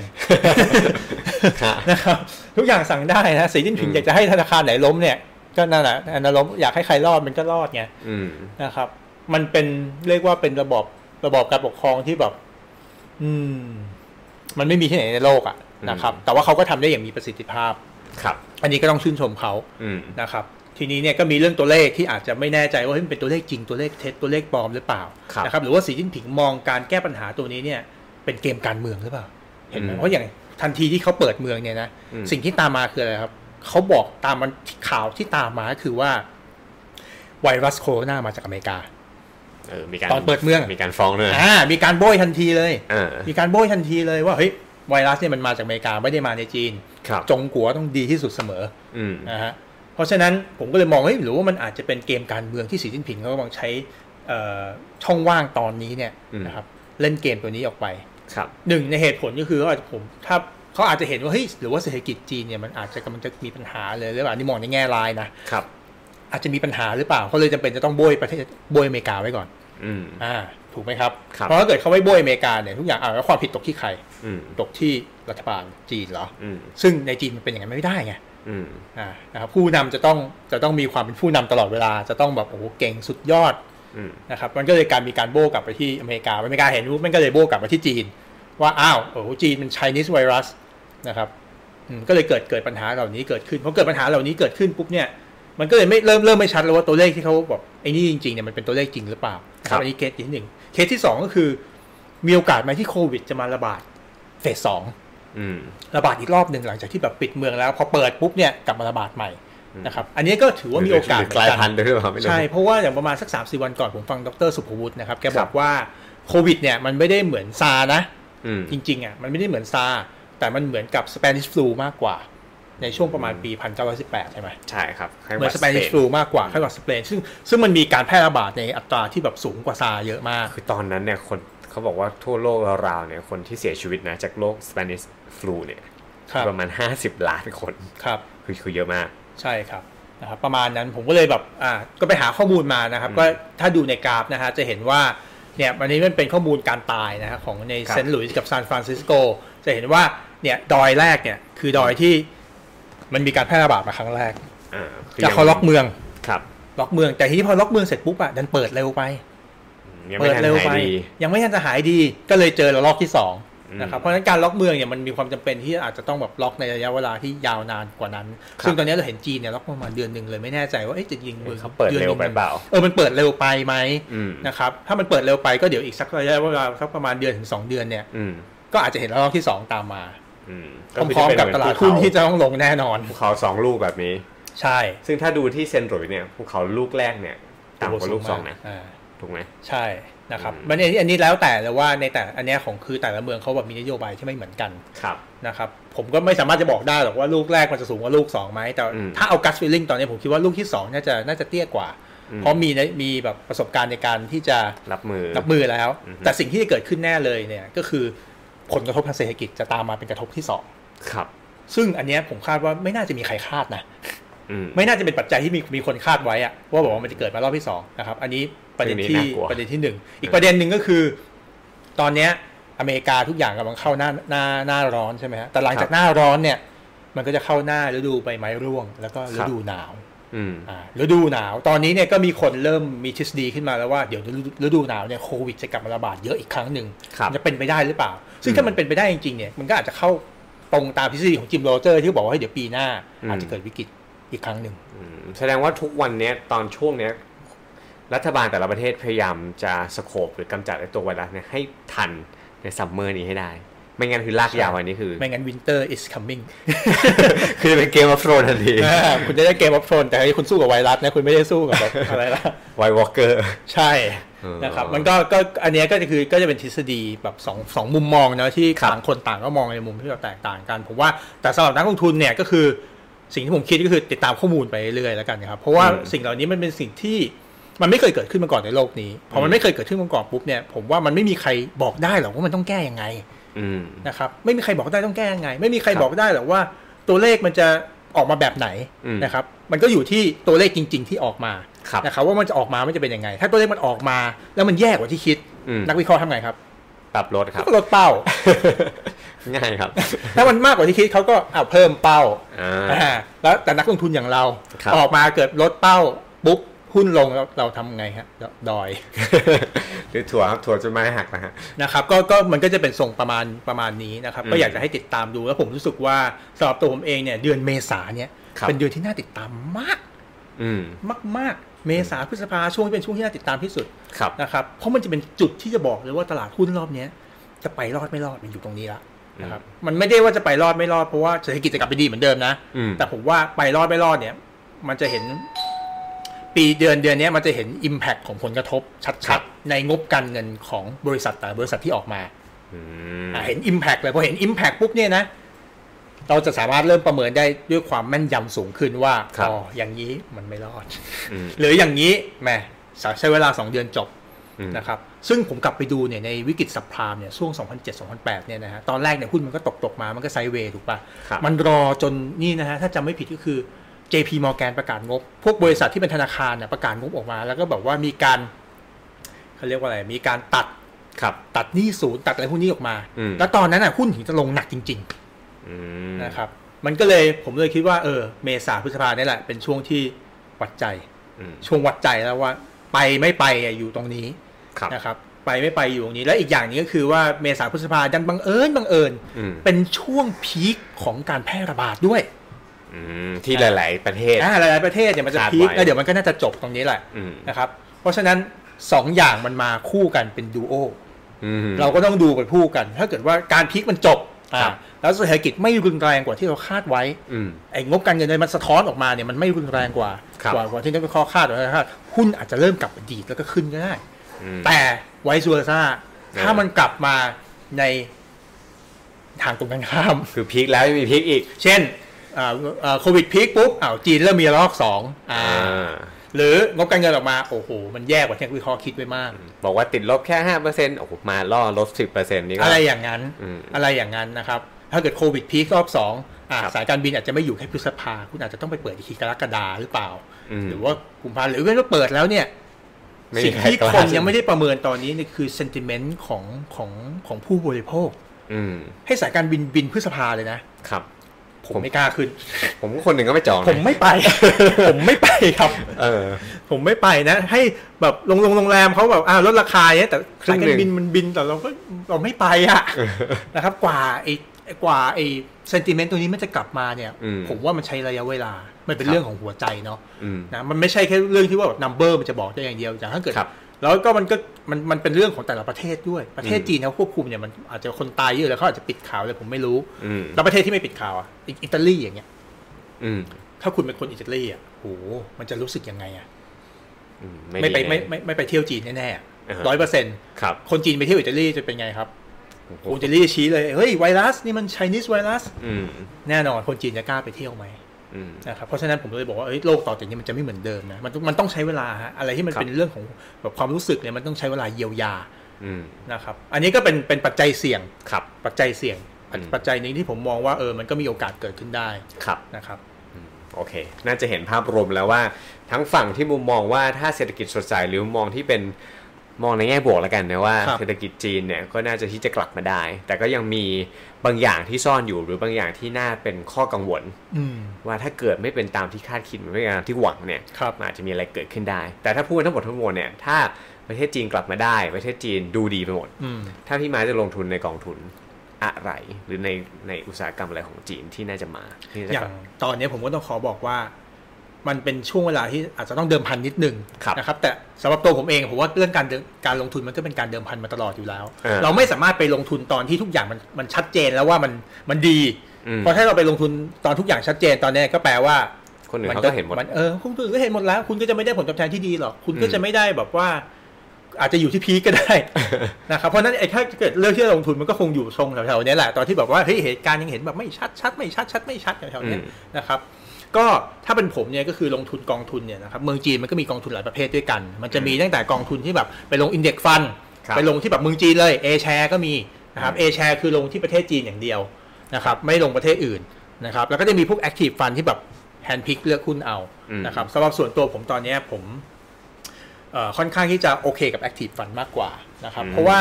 A: ฮะ
B: นะครับทุกอย่างสั่งได้นะสีจิ้นผิงอยากจะให้ธนาคารไหนล้มเนี่ย ก็นั่นแหละอนาลมอยากให้ใครรอดมันก็รอดไง
A: อืม
B: นะครับ มันเป็นเรียกว่าเป็นระบอบระบอบการปกครองที่แบบ อืม มันไม่มีที่ไหนในโลกอะนะครับ แต่ว่าเขาก็ทำได้อย่างมีประสิทธิภาพ
A: ครับ
B: อันนี้ก็ต้องชื่นชมเขา
A: อืม
B: นะครับทีนี้เนี่ยก็มีเรื่องตัวเลขที่อาจจะไม่แน่ใจว่าเฮ้ยมันเป็นตัวเลขจริงตัวเลขเท็จตัวเลขปลอมหรือเปล่า
A: ครับ
B: นะครับหรือว่าสีจิ้นผิงมองการแก้ปัญหาตัวนี้เนี่ยเป็นเกมการเมืองหรือเปล่าเห็นไหม
A: อืม
B: เพราะอย่างทันทีที่เขาเปิดเมืองเนี่ยนะ
A: อืม
B: สิ่งที่ตามมาคืออะไรครับเขาบอกตามมันข่าวที่ตามมาคือว่าไวรัสโคโรนามาจากอเมริกา
A: เออมีการ
B: ตอนเปิดเมือง
A: มีการฟ้องด้วยนะ
B: อ่ามีการโบยทันทีเลย
A: เออ
B: มีการโบยทันทีเลยว่าเฮ้ยไวรัสเนี่ยมันมาจากอเมริกาไม่ได้มาในจีน
A: ครับ
B: จงกัวต้องดีที่สุดเสมอ
A: อืม
B: นะฮะเพราะฉะนั้นผมก็เลยมองเฮ้ยหรือว่ามันอาจจะเป็นเกมการเมืองที่สีจิ้นผิงเขากำลังใช้เอ่อช่องว่างตอนนี้เนี่ย
A: อืม
B: นะครับเล่นเกมตัวนี้ออกไป
A: ครับ
B: หนึ่งในเหตุผลก็คือว่าผมถ้าเขาอาจจะเห็นว่าเฮ้ยหรือว่าเศรษฐกิจจีนเนี่ยมันอาจจะกำลังจะมีปัญหาเลยหรือเปล่านี่มองในแง่ร้ายนะครับ อาจจะมีปัญหาหรือเปล่าเขาเลยจำเป็นจะต้องโบยประเทศโบยอเมริกาไว้ก่อน
A: อืม
B: อ่าถูกไหมครับ
A: ครับ
B: เพราะถ้าเกิดเขาไม่โบยอเมริกาเนี่ยทุกอย่างอ่าแล้วความผิดตกที่ใคร
A: อืม
B: ตกที่รัฐบาลจีนเหรอ
A: อืม
B: ซึ่งในจีนมันเป็นอย่างนั้นไม่ได้ไง
A: อืม
B: อ่านะครับผู้นำจะต้องจะต้องมีความเป็นผู้นำตลอดเวลาจะต้องแบบโอ้โหเก่งสุดยอด
A: อืม
B: นะครับมันก็เลยการมีการโบกลับไปที่อเมริกาอเมริกาเห็นรูปมันก็เลยโบกลับมาที่จีน ว่าอ้าวโอ้โหจีนเป็น Chinese virus นะครับอืมก็เลยเกิดเกิดปัญหาเหล่านี้เกิดขึ้นพอเกิดปัญหาเหล่านี้เกิดขึ้นปุ๊บเนี่ยมันก็เลยไม่เริ่มเริ่มไม่ชัดแล้วว่าตัวเลขที่เขาบอกไอ้นี่จริงๆเนี่ยมันเป็นตัวเลขจริงหรือเปล่า
A: ครับ
B: อันนี้เคสที่หนึ่งเคสที่สองก็คือมีโอกาสไหมที่โควิดจะมาระบาดเฟสสอง
A: อืม
B: ระบาดอีกรอบหนึ่งหลังจากที่แบบปิดเมืองแล้วพอเปิดปุ๊บเนี่ยกลับมาระบาดใหม่
A: อืม
B: นะครับอันนี้ก็ถือว่ามีโอกาส
A: หรืกลายพันธุ์ด้วยหรือเปล่าไม่รู้
B: ใช่เพราะว่าอย่างประมาณสัก3าสี่วันก่อนผมฟังดรสุภวุฒินะครับแกบ
A: ครั
B: อก
A: บ
B: ว่าโควิดเนี่ยมันไม่ได้เหมือนซาร์นะ
A: อืม
B: จริงๆอ่ะมันไม่ได้เหมือนซาร์แต่มันเหมือนกับสเปนิชฟลูมากกว่า ในช่วงประมาณปี 1918 ใช่ไหม
A: ใช่ครับไข้
B: เห
A: ห
B: มื
A: วั
B: อ
A: ด
B: นสเปนิชฟลูมากกว่าไข้หวัดสเปนซึ่งซึ่งมันมีการแพร่ระบาดในอัตราที่แบบสูงกว่าซาร์เยอะมาก
A: คือตอนนั้นเนี่ยคนเขาบอกว่าทั่วโลกราวๆเนี่ยคนที่เสียชีวิตนะ จากโรคสเปนิชฟลูเนี่ย
B: ครับ
A: ประมาณ 50 ล้านคน
B: ครับ
A: คือคือเยอะมาก
B: ใช่ครับนะครับประมาณนั้นผมก็เลยแบบอ่าก็ไปหาข้อมูลมานะครับ
A: อืม
B: ก็ถ้าดูในกราฟนะฮะจะเห็นว่าเนี่ยวันนี้มันเป็นข้อมูลการตายนะฮะของใน
A: ครับ
B: เซนต์หลุยส์กับซานฟรานซิสโกจะเห็นว่าเนี่ยดอยแรกเนี่ยคือดอยที่มันมีการแพร่ระบาดมาครั้งแรก
A: าคื
B: จากเขาล็อกเมือง
A: ครับ
B: ล็อกเมืองแต่ทีนี้พอล็อกเมืองเสร็จปุ๊บอะดันเปิดเร็วไป
A: ยัง
B: เปิ
A: ไม่
B: ด
A: ทัน
B: เร็ว
A: หาย
B: ไป
A: ดี
B: ยังไม่ทันจะหายดีก็เลยเจอระลอกที่สองนะครับ
A: อืม
B: เพราะฉะนั้นการล็อกเมืองเนี่ยมันมีความจำเป็นที่อาจจะต้องแบบล็อกในระยะเวลาที่ยาวนานกว่านั้น
A: ครับ
B: ซึ่งตอนนี้เราเห็นจีนเนี่ยล็อกประมาณเดือนหนึ่งเลยไม่แน่ใจว่าเอ๊ะจะยิงเมือง
A: เขาเปิดเร็วไปเปล่า
B: เออมันเปิดเร็วไปไหม
A: อืม
B: นะครับถ้ามันเปิดเร็วไปก็เดี๋ยวอีกสักระยะเวลาสักประมาณเดือนถึงสองเดือนเนี่ย
A: อืม
B: ก็อาจจะเห็นระลอกที่สองตามมา
A: อืม
B: พร้อม
A: จะเป็
B: ๆกับ
A: เหมื
B: ตลาด
A: ภู
B: หุ้น
A: เข
B: ที่จะต้องลงแน่นอน
A: ภูเขาสองลูกแบบนี้
B: ใช่
A: ซึ่งถ้าดูที่เซนต์หลุยส์เนี่ยภูเขาลูกแรกเนี่ยต่ำกว่าลูกสองนะ
B: า
A: ถูกไหม
B: ใช่นะครับ
A: อืม
B: มันอันนี้อันนี้แล้วแต่เลยว่าในแต่อันเนี้ยของคือแต่ละเมืองเขาแบบมีนโยบายที่ไม่เหมือนกัน
A: ครับ
B: นะครับผมก็ไม่สามารถจะบอกได้หรอกว่าลูกแรกมันจะสูงกว่าลูกสองไหมแต่
A: อืม
B: ถ้าเอากัสฟิลลิ่งตอนนี้ผมคิดว่าลูกที่สองน่าจะน่าจะเตี้ยกว่า
A: อืม
B: เพราะมีในมีแบบประสบการณ์ในการที่จะ
A: รับมือ
B: รับมือแล้ว
A: อือฮึ
B: แต่สิ่งที่จะเกิดขึ้นแน่เลยเนี่ยก็คือผลกระทบทางเศรษฐกิจจะตามมาเป็นกระทบที่สอง
A: ครับ
B: ซึ่งอันเนี้ยผมคาดว่าไม่น่าจะมีใครคาดนะ
A: อืม
B: ไม่น่าจะเป็นปัจจัยที่มีมีคนคาดไว้อะว่าบอกว่ามันจะเกิดมารอบที่สองนะครับอันนี้ประเด็น
A: เรื่อง
B: ที่
A: นี้น่ากลัว
B: ประเด็นที่หนึ่งอีกประเด็นหนึ่งก็คือ ตอนเนี้ยอเมริกาทุกอย่างกำลังเข้าหน้าหน้าหน้าร้อนใช่ไหมฮะแต่หลังจากหน้าร้อนเนี่ย มันก็จะเข้าหน้าฤดูใบไม้ร่วง แล้วก็ฤดูหนาว
A: อืม
B: อ่าฤดูหนาว ตอนนี้เนี่ยก็มีคนเริ่มมีทฤษฎีขึ้นมาแล้วว่าเดี๋ยวฤดูฤดูหนาวเนี่ยโควิดจะกลับมาระบาดเยอะอีกครั้งหนึ่ง
A: ครับ
B: จะเป็นไปได้หรือเปล่า ซึ่
A: อื
B: ง
A: ม
B: ถ้ามันเป็นไปได้จริงๆเนี่ยมันก็อาจจะเข้าตรงตามทฤษฎีของจิมโรเจอร์ที่บอกว่าเฮ้ยเดี๋ยวปีหน้า
A: อืม
B: อาจจะเกิดวิกฤตอีกครั้งหนึ่ง
A: อืมแสดงว่าทุกวันเนี้ยตอนช่วงเนี้ยรัฐบาลแต่ละประเทศพยายามจะสโคบหรือกำจัดไอ้ตัวไวรัสเนี่ยให้ทันในซัมเมอร์นี้ให้ได้ ไม่งั้นคือลากยาวอันนี้คือ
B: ไม่งั้น winter is coming
A: คือเป็นเกมออฟโรนทันที
B: อ่า คุณจะได้เกมออฟโทนแต่อันนี้คุณสู้กับไวรัสนะคุณไม่ได้สู้กับแบบ อะไรละ
A: ไววอลเกอร์
B: ใช่
A: เออ
B: นะครับมันก็ก็อันเนี้ยก็จะคือก็จะเป็นทฤษฎีแบบสองสองมุมมองนะที่ต่างคนต่างก็มองในมุมที่เราแตกต่างกัน ผมว่าแต่สำหรับนักลงทุนเนี่ยก็คือสิ่งที่ผมคิดก็คือติดตามข้อมูลไปเรื่อยๆแล้วกันครับเพราะว่า
A: อืม
B: สิ่งเหล่านี้มันเป็นสิ่งที่มันไม่เคยเกิดขึ้นมาก่อนในโลกนี้พอ
A: อื
B: มัน
A: ม
B: ไม่เคยเกิดขึ้นมาก่อนปุ๊บเนี่ยผมว่ามันไม่มีใครบอกได้หรอกว่ามันต้องแก้ยังไง
A: อืม
B: นะครับไม่มีใครบอกได้ต้องแก้ยังไง ไม่มีใคร
A: ครับ
B: บอกได้หรอกว่าตัวเลขมันจะออกมาแบบไหน
A: อืม
B: นะครับมันก็อยู่ที่ตัวเลขจริง ๆ ที่ออกมา
A: ครับ
B: นะครับว่ามันจะออกมามันจะเป็นยังไง ถ้าตัวเลขมันออกมา แล้วมันแย่กว่าที่คิด
A: อืม
B: นักวิเคราะห์ทำไงครับ
A: ปรับลดครับ
B: ก็ลดเป้า
A: ง่ายครับ
B: ถ้ามันมากกว่าที่คิดเขาก็เอาเพิ่มเป้า
A: อ่า
B: อ่าแล้วแต่นักลงทุนอย่างเรา
A: ครับ
B: ออกมาเกิดลดเป้าปุ๊บหุ้นลงเราเราทำไงฮะเราดอย
A: หรือถั่วครับถั่วจะไม่หักนะฮะ
B: นะครับก็ก็มันก็จะเป็นทรงประมาณประมาณนี้นะครับ
A: อืม
B: ก็อยากจะให้ติดตามดูแล้วผมรู้สึกว่าสำหรับตัวผมเองเนี่ยเดือนเมษาเนี่ย
A: ครับ
B: เป็นเดือนที่น่าติดตามมาก
A: อืม
B: มากมากๆเมษาพฤษภาช่วงที่เป็นช่วงที่น่าติดตามที่สุด
A: ครับ
B: นะครับเพราะมันจะเป็นจุดที่จะบอกเลยว่าตลาดหุ้นรอบเนี้ยจะไปรอดไม่รอดมันอยู่ตรงนี้ละนะครับมันไม่ได้ว่าจะไปรอดไม่รอดเพราะว่าเศรษฐกิจจะกลับไปดีเหมือนเดิมนะ
A: อืม
B: แต่ผมว่าไปรอดไม่รอดเนี่ย มันจะเห็นปีเดือนเดือนเนี้ยมันจะเห็น Impact ของผลกระทบชัดๆในงบการเงินของบริษัทแต่ละบริษัทที่ออกมา
A: อืม
B: อ่ะเห็น Impact เลยพอเห็น Impact ปุ๊บเนี่ยนะ เราจะสามารถเริ่มประเมินได้ด้วยความแม่นยำสูงขึ้นว่า
A: ครับ
B: อ๋ออย่างนี้มันไม่รอด
A: อืม
B: หรืออย่างนี้แหมใช้เวลา 2 เดือนจบ
A: อืม
B: นะครับ ซึ่งผมกลับไปดูเนี่ยในวิกฤตสับพรามเนี่ยช่วง 2007-2008 เนี่ยนะฮะตอนแรกเนี่ยหุ้นมันก็ตกตกๆมามันก็ไซด์เวย์ถูกปะ
A: ครั่
B: ะ
A: บ
B: มันรอจนนี่นะฮะถ้าจำไม่ผิดก็คือ JP Morgan ประกาศงบ พวกบริษัทที่เป็นธนาคารเนี่ยประกาศงบออกมา แล้วก็แบบว่ามีการเขาเรียกว่าอะไรมีการตัด
A: ครับ
B: ตัดหนี้ศูนย์ตัดอะไรพวกนี้ออกมา
A: อืม
B: แล้วตอนนั้นอ่ะหุ้นถึงจะลงหนักจริง
A: อืม
B: ๆ นะครับ มันก็เลยผมเลยคิดว่าเออเมษาพฤษภาเนี่ยแหละ เป็นช่วงที่วัดใจ
A: อืม
B: ช่วงวัดใจแล้วว่าไปไม่ไปอ่ะอยู่ตรงนี้
A: ครับ
B: นะครับ ไปไม่ไปอยู่ตรงนี้ และอีกอย่างหนี้ก็คือว่าเมษาพฤษภาดันบังเอิญบังเอิญ
A: อืม
B: เป็นช่วงพีคของการแพร่ระบาดด้วย
A: อืมที่หลาย ๆ ประเทศ
B: อ่าหลายๆประเทศเนี่ยมันจะ
A: คาด
B: พีค
A: ไว้
B: แล้วเดี๋ยวมันก็น่าจะจบตรงนี้แหละ
A: อืม
B: นะครับ เพราะฉะนั้นสองอย่างมันมาคู่กันเป็นดูโอ
A: อืม
B: เราก็ต้องดูไปคู่กัน ถ้าเกิดว่าการพีคมันจบอ่า
A: ครับ
B: แล้วเศรษฐกิจไม่รุนแรงกว่าที่เราคาดไว้
A: อืม
B: ไอ้งบการเงินมันสะท้อนออกมาเนี่ยมันไม่รุนแรงกว่า
A: ครับ
B: กว่ากว่าที่นักวิเคราะห์คาดไว้นะครับหุ้นอาจจะเริ่มกลับมาดีดแล้วก็ขึ้นก็ได้
A: อืม
B: แต่ไวซัวซ่าถ้า
A: เออ
B: มันกลับมาในทางตรงกันข้าม
A: คือพีคแล้วยังมีพีคอีก
B: เช่นอ่าอ่าโควิดพีคปุ๊บอ้าวจีนเริ่มมีระลอกสองอ่าหรืองบการเงินออกมาโอ้โหมันแย่กว่าที่นักวิเคราะห์คิดไว้มาก
A: บอกว่าติดลบแค่ห้าเปอร์เซ็นต์โอ้โหมาล่อลบสิบเปอร์เซ็นต์นี่ก็
B: อะไรอย่างนั้น
A: อืม
B: อะไรอย่างนั้นนะครับ ถ้าเกิดโควิดพีครอบสองอ่ะ
A: ครับ
B: สายการบินอาจจะไม่อยู่แค่พฤษภา คุณอาจจะต้องไปเปิดอีกทีกรกฎาหรือเปล่า
A: อืม
B: หรือว่ากุมภาหรือว่าเปิดแล้วเนี่ย
A: ไม่
B: สิ่
A: มี
B: ง
A: ใร
B: ที่
A: กล้า
B: คนยังไม่ได้ประเมินตอนนี้เนี่ยคือ sentiment ของของของผู้บริโภค
A: อืม
B: ให้สายการบินบินพฤษภาเลยนะ
A: ครับ
B: ผม
A: ผม
B: ไม่กล้าขึ้น
A: ผมก็คนหนึ่งก็ไม่จองนะ
B: ผมไม่ ไป ผมไม่ไปครับ
A: เออ
B: ผมไม่ไปนะ ให้แบบโรงโรงโรงแรมเขาแบบอ่าลดราคาเนี่ยแต่
A: ครึ่
B: สาย
A: งห
B: กา
A: นึ่
B: รง บินมันบินแต่เราก็เราไม่ไปอะ นะครับกว่าไอ้กว่าไอ้เซนติเมนต์ตัวนี้มันจะกลับมาเนี่ย
A: อืม
B: ผมว่ามันใช้ระยะเวลา มันเป็น
A: ครับ
B: เรื่องของหัวใจเนาะ
A: อืม
B: นะมันไม่ใช่แค่เรื่องที่ว่าแบบนัมเบอร์มันจะบอกได้อย่างเดียวแต่ถ้าเกิด
A: ครับ
B: แล้วก็มันก็มันมันเป็นเรื่องของแต่ละประเทศด้วยประเทศ
A: อืม
B: จีนเขาควบคุมเนี่ยมันอาจจะคนตายเยอะแล้วเขาอาจจะปิดข่าวเลยผมไม่รู้
A: อืม
B: แล้วประเทศที่ไม่ปิดข่าวอ่ะอิอิตาลีอย่างเงี้ย
A: อืม
B: ถ้าคุณเป็นคนอิตาลีอ่ะโหมันจะรู้สึกยังไงอ่ะ
A: อื
B: ไม่ไป
A: ดีนะ
B: ไม่ไม่ไม่ไปเที่ยวจีนแน่ๆอะ
A: อ่าฮะ
B: ร้อยเปอร์เซ็นต์
A: ครับ
B: คนจีนไปเที่ยวอิตาลีจะเป็นไงครับ
A: โอ้โห
B: อิตาลีชี้เลยเฮ้ยไวรัสนี่มัน Chinese ไวรัส
A: อืม
B: แน่นอนคนจีนจะกล้าไปเที่ยวไหม
A: อืม
B: นะครับเพราะฉะนั้นผมเลยบอกว่าเอ้ยโลกต่อจากนี้มันจะไม่เหมือนเดิมนะมันต้องมันต้องใช้เวลาฮะอะไรที่มัน
A: ครับ
B: เป็นเรื่องของแบบความรู้สึกเนี่ยมันต้องใช้เวลาเยียวยา
A: อืม
B: นะครับอันนี้ก็เป็นเป็นปัจจัยเสี่ยง
A: ครับ
B: ปัจจัยเสี่ยง
A: อืม
B: ปัจจัยหนี้ที่ผมมองว่าเออมันก็มีโอกาสเกิดขึ้นได้
A: ครับ
B: นะครับ
A: โอเค น่าจะเห็นภาพรวมแล้วว่าทั้งฝั่งที่มุมมองว่าถ้าเศรษฐกิจสดใสหรือมุมมองที่เป็นมองในแง่บวกแล้วกันนะว่า
B: ครับ
A: เศรษฐกิจจีนเนี่ยก็น่าจะที่จะกลับมาได้ แต่ก็ยังมีบางอย่างที่ซ่อนอยู่ หรือบางอย่างที่น่าเป็นข้อกังวล ว่าถ้าเกิดไม่เป็นตามที่คาดคิดหรือไม่เป็นตามที่หวังเนี่ย
B: ครับ
A: มันอาจจะมีอะไรเกิดขึ้นได้ แต่ถ้าพูดทั้งหมดทั้งมวลเนี่ยถ้าประเทศจีนกลับมาได้ ประเทศจีนดูดีไปหมด
B: ืม
A: ถ้าพี่มาจะลงทุนในกองทุนอะไรหรือในในอุตสาหกรรมอะไรของจีนที่น่าจะมาที่น่า
B: อ
A: จะ
B: ย่าง
A: กลับ
B: ตอนนี้ผมก็ต้องขอบอกว่า มันเป็นช่วงเวลาที่อาจจะต้องเดิมพันนิดหนึง
A: ครับ
B: นะครับ แต่สำหรับตัวผมเองผมว่าเรื่องการเดิมการลงทุนมันก็เป็นการเดิมพันมาตลอดอยู่แล้ว
A: เออ
B: เราไม่สามารถไปลงทุนตอนที่ทุกอย่างมันมันชัดเจนแล้วว่ามันมันดี
A: อืม
B: เพราะถ้าเราไปลงทุนตอนทุกอย่างชัดเจนตอนนี้ก็แปลว่า
A: คนอื่น
B: มั
A: เขาก็เห็นหมด
B: เออคุณอื่นก็เห็นหมดแล้ว คุณก็จะไม่ได้ผลตอบแทนที่ดีหรอกคุณก็
A: อืม
B: จะไม่ได้แบบว่า อาจจะอยู่ที่พีคก็ได้ นะครับเพราะฉะนั้นไอ้ถ้าเกิดเรื่องที่จะลงทุนมันก็คงอยู่ทรงแถวๆเนี้ยแหละตอนที่แบบว่าเฮ้ยเหตุการณ์ยังเห็นแบบไม่ชัดชัดไม่ชัดชัดไม่ชัดแถวๆเนี้ย
A: อืม
B: นะครับ ก็ถ้าเป็นผมเนี่ยก็คือลงทุนกองทุนเนี่ยนะครับเมืองจีนมันก็มีกองทุนหลายประเภทด้วยกัน มันจะมีตั้งแต่กองทุนที่แบบไปลงอินเด็กฟัน
A: ครับ
B: ไปลงที่แบบเมืองจีนเลย A share ก็มีนะครับ
A: อืม
B: A share คือลงที่ประเทศจีนอย่างเดียวนะครับไม่ลงประเทศอื่นนะครับแล้วก็จะมีพวก active fund ที่แบบ hand pick เลือกหุ้นเอา
A: อืม
B: นะครับสำหรับส่วนตัวผมตอนเนี้ยผม เอ่อค่อนข้างที่จะโอเคกับ Active Fund มากกว่านะครับ
A: อืม
B: เพราะว่า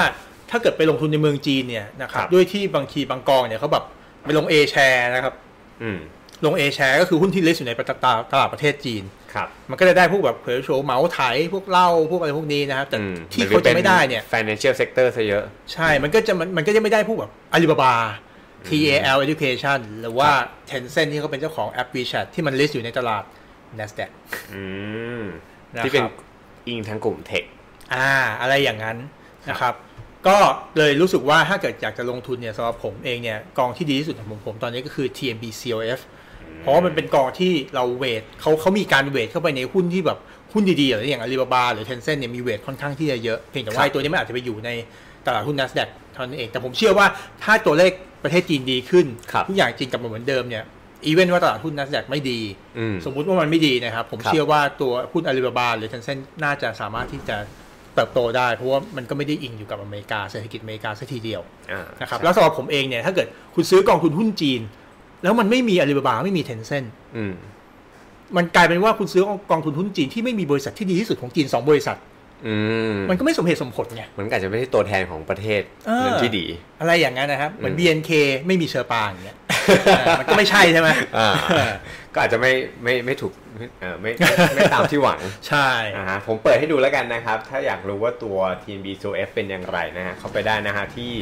B: ถ้าเกิดไปลงทุนในเมืองจีนเนี่ยนะครับ
A: ครับ
B: ด้วยที่บางทีบางกองเนี่ยเขาแบบไปลง A share นะครับ
A: อืม
B: ลง A share ก็คือหุ้นที่ลิสต์อยู่ในตลาดตลาดประเทศจีน
A: ครับ
B: มันก็จะได้พวกแบบเผยโฉวเหมาไถพวกเหล้าพวกอะไรพวกนี้นะครับแต่
A: อืม
B: ที่เขาจะไม่ได้เนี่ย
A: หรือป็ financial sector ซะเยอะ
B: ใช่ มันก็จะมันมันก็จะไม่ได้พวกแบบ Alibaba TAL Education หรือว่า Tencent ที่เขาเป็นเจ้าของแอป WeChat ที่มัน list อยู่ในตลาด NASDAQ
A: อืม
B: นะครับ
A: ที่เป็นอิงทั้งกลุ่มเทค
B: อ่า อะไรอย่างนั้นนะครับ ก็เลยรู้สึกว่าถ้าเกิดอยากจะลงทุนเนี่ยสำหรับผมเองเนี่ย กองที่ดีที่สุดของผมผมตอนนี้ก็คือ TMB COF เพราะว่ามันเป็นกองที่เราเวทเขาเขามีการเวทเข้าไปในหุ้นที่แบบหุ้นดีๆหรืออย่าง Alibaba หรือ Tencent เนี่ยมีเวทค่อนข้างที่จะเยอะเพียงแต่
A: ค
B: ว่า
A: รับ
B: ไอ้ตัวนี้มันอาจจะไปอยู่ในตลาดหุ้น NASDAQ เท่านั้นเอง แต่ผมเชื่อว่าถ้าตัวเลขประเทศจีนดีขึ้น
A: ครับ
B: ทุกอย่างจีนกลับมาเหมือนเดิมเนี่ยอีเวนต์ว่าตลาดหุ้น NASDAQ ไม่ดี
A: อืม
B: สมมุติว่ามันไม่ดีนะครับ ผม
A: ครับ
B: เชื่อว่าตัวหุ้นอาลีบาบาหรือเทนเซ็นน่าจะสามารถที่จะเติบโตได้ เพราะว่ามันก็ไม่ได้อิงอยู่กับอเมริกาเศรษฐกิจอเมริกาสัทีเดียว
A: า
B: นะครับแล้วสำหรับผมเองเนี่ยถ้าเกิดคุณซื้อกองทุนหุ้นจีน แล้วมันไม่มีอาลีบาบาไม่มีเทนเซ็น
A: อืม
B: มันกลายเป็นว่าคุณซื้อกองทุนหุ้นจีนที่ไม่มีบริษัทที่ดีที่สุดของจีนสองบริษัท
A: อืม
B: มันก็ไม่สมเหตุสมผลไง
A: มันก็อาจจะไม่ใช่ตัวแทนของประเทศ
B: เออ
A: เรื่องที่ดี
B: อะไรอย่างนั้นนะครับเหมือน
A: อืม
B: BNK ไม่มีเชอร์ปางอย่างเงี้ ยเออมันก็ไม่ใช่ใช่ไหม
A: อ่า
B: เออ
A: ก็อาจจะไม่ไม่ไม่ถูกไม่เออไม่ไม่ไม่ตามที่หวัง
B: ใช่
A: อ่าฮะผมเปิดให้ดูแล้วกันนะครับ ถ้าอยากรู้ว่าตัว TMB 2F เป็นอย่างไรนะฮะเข้าไปได้นะฮะที่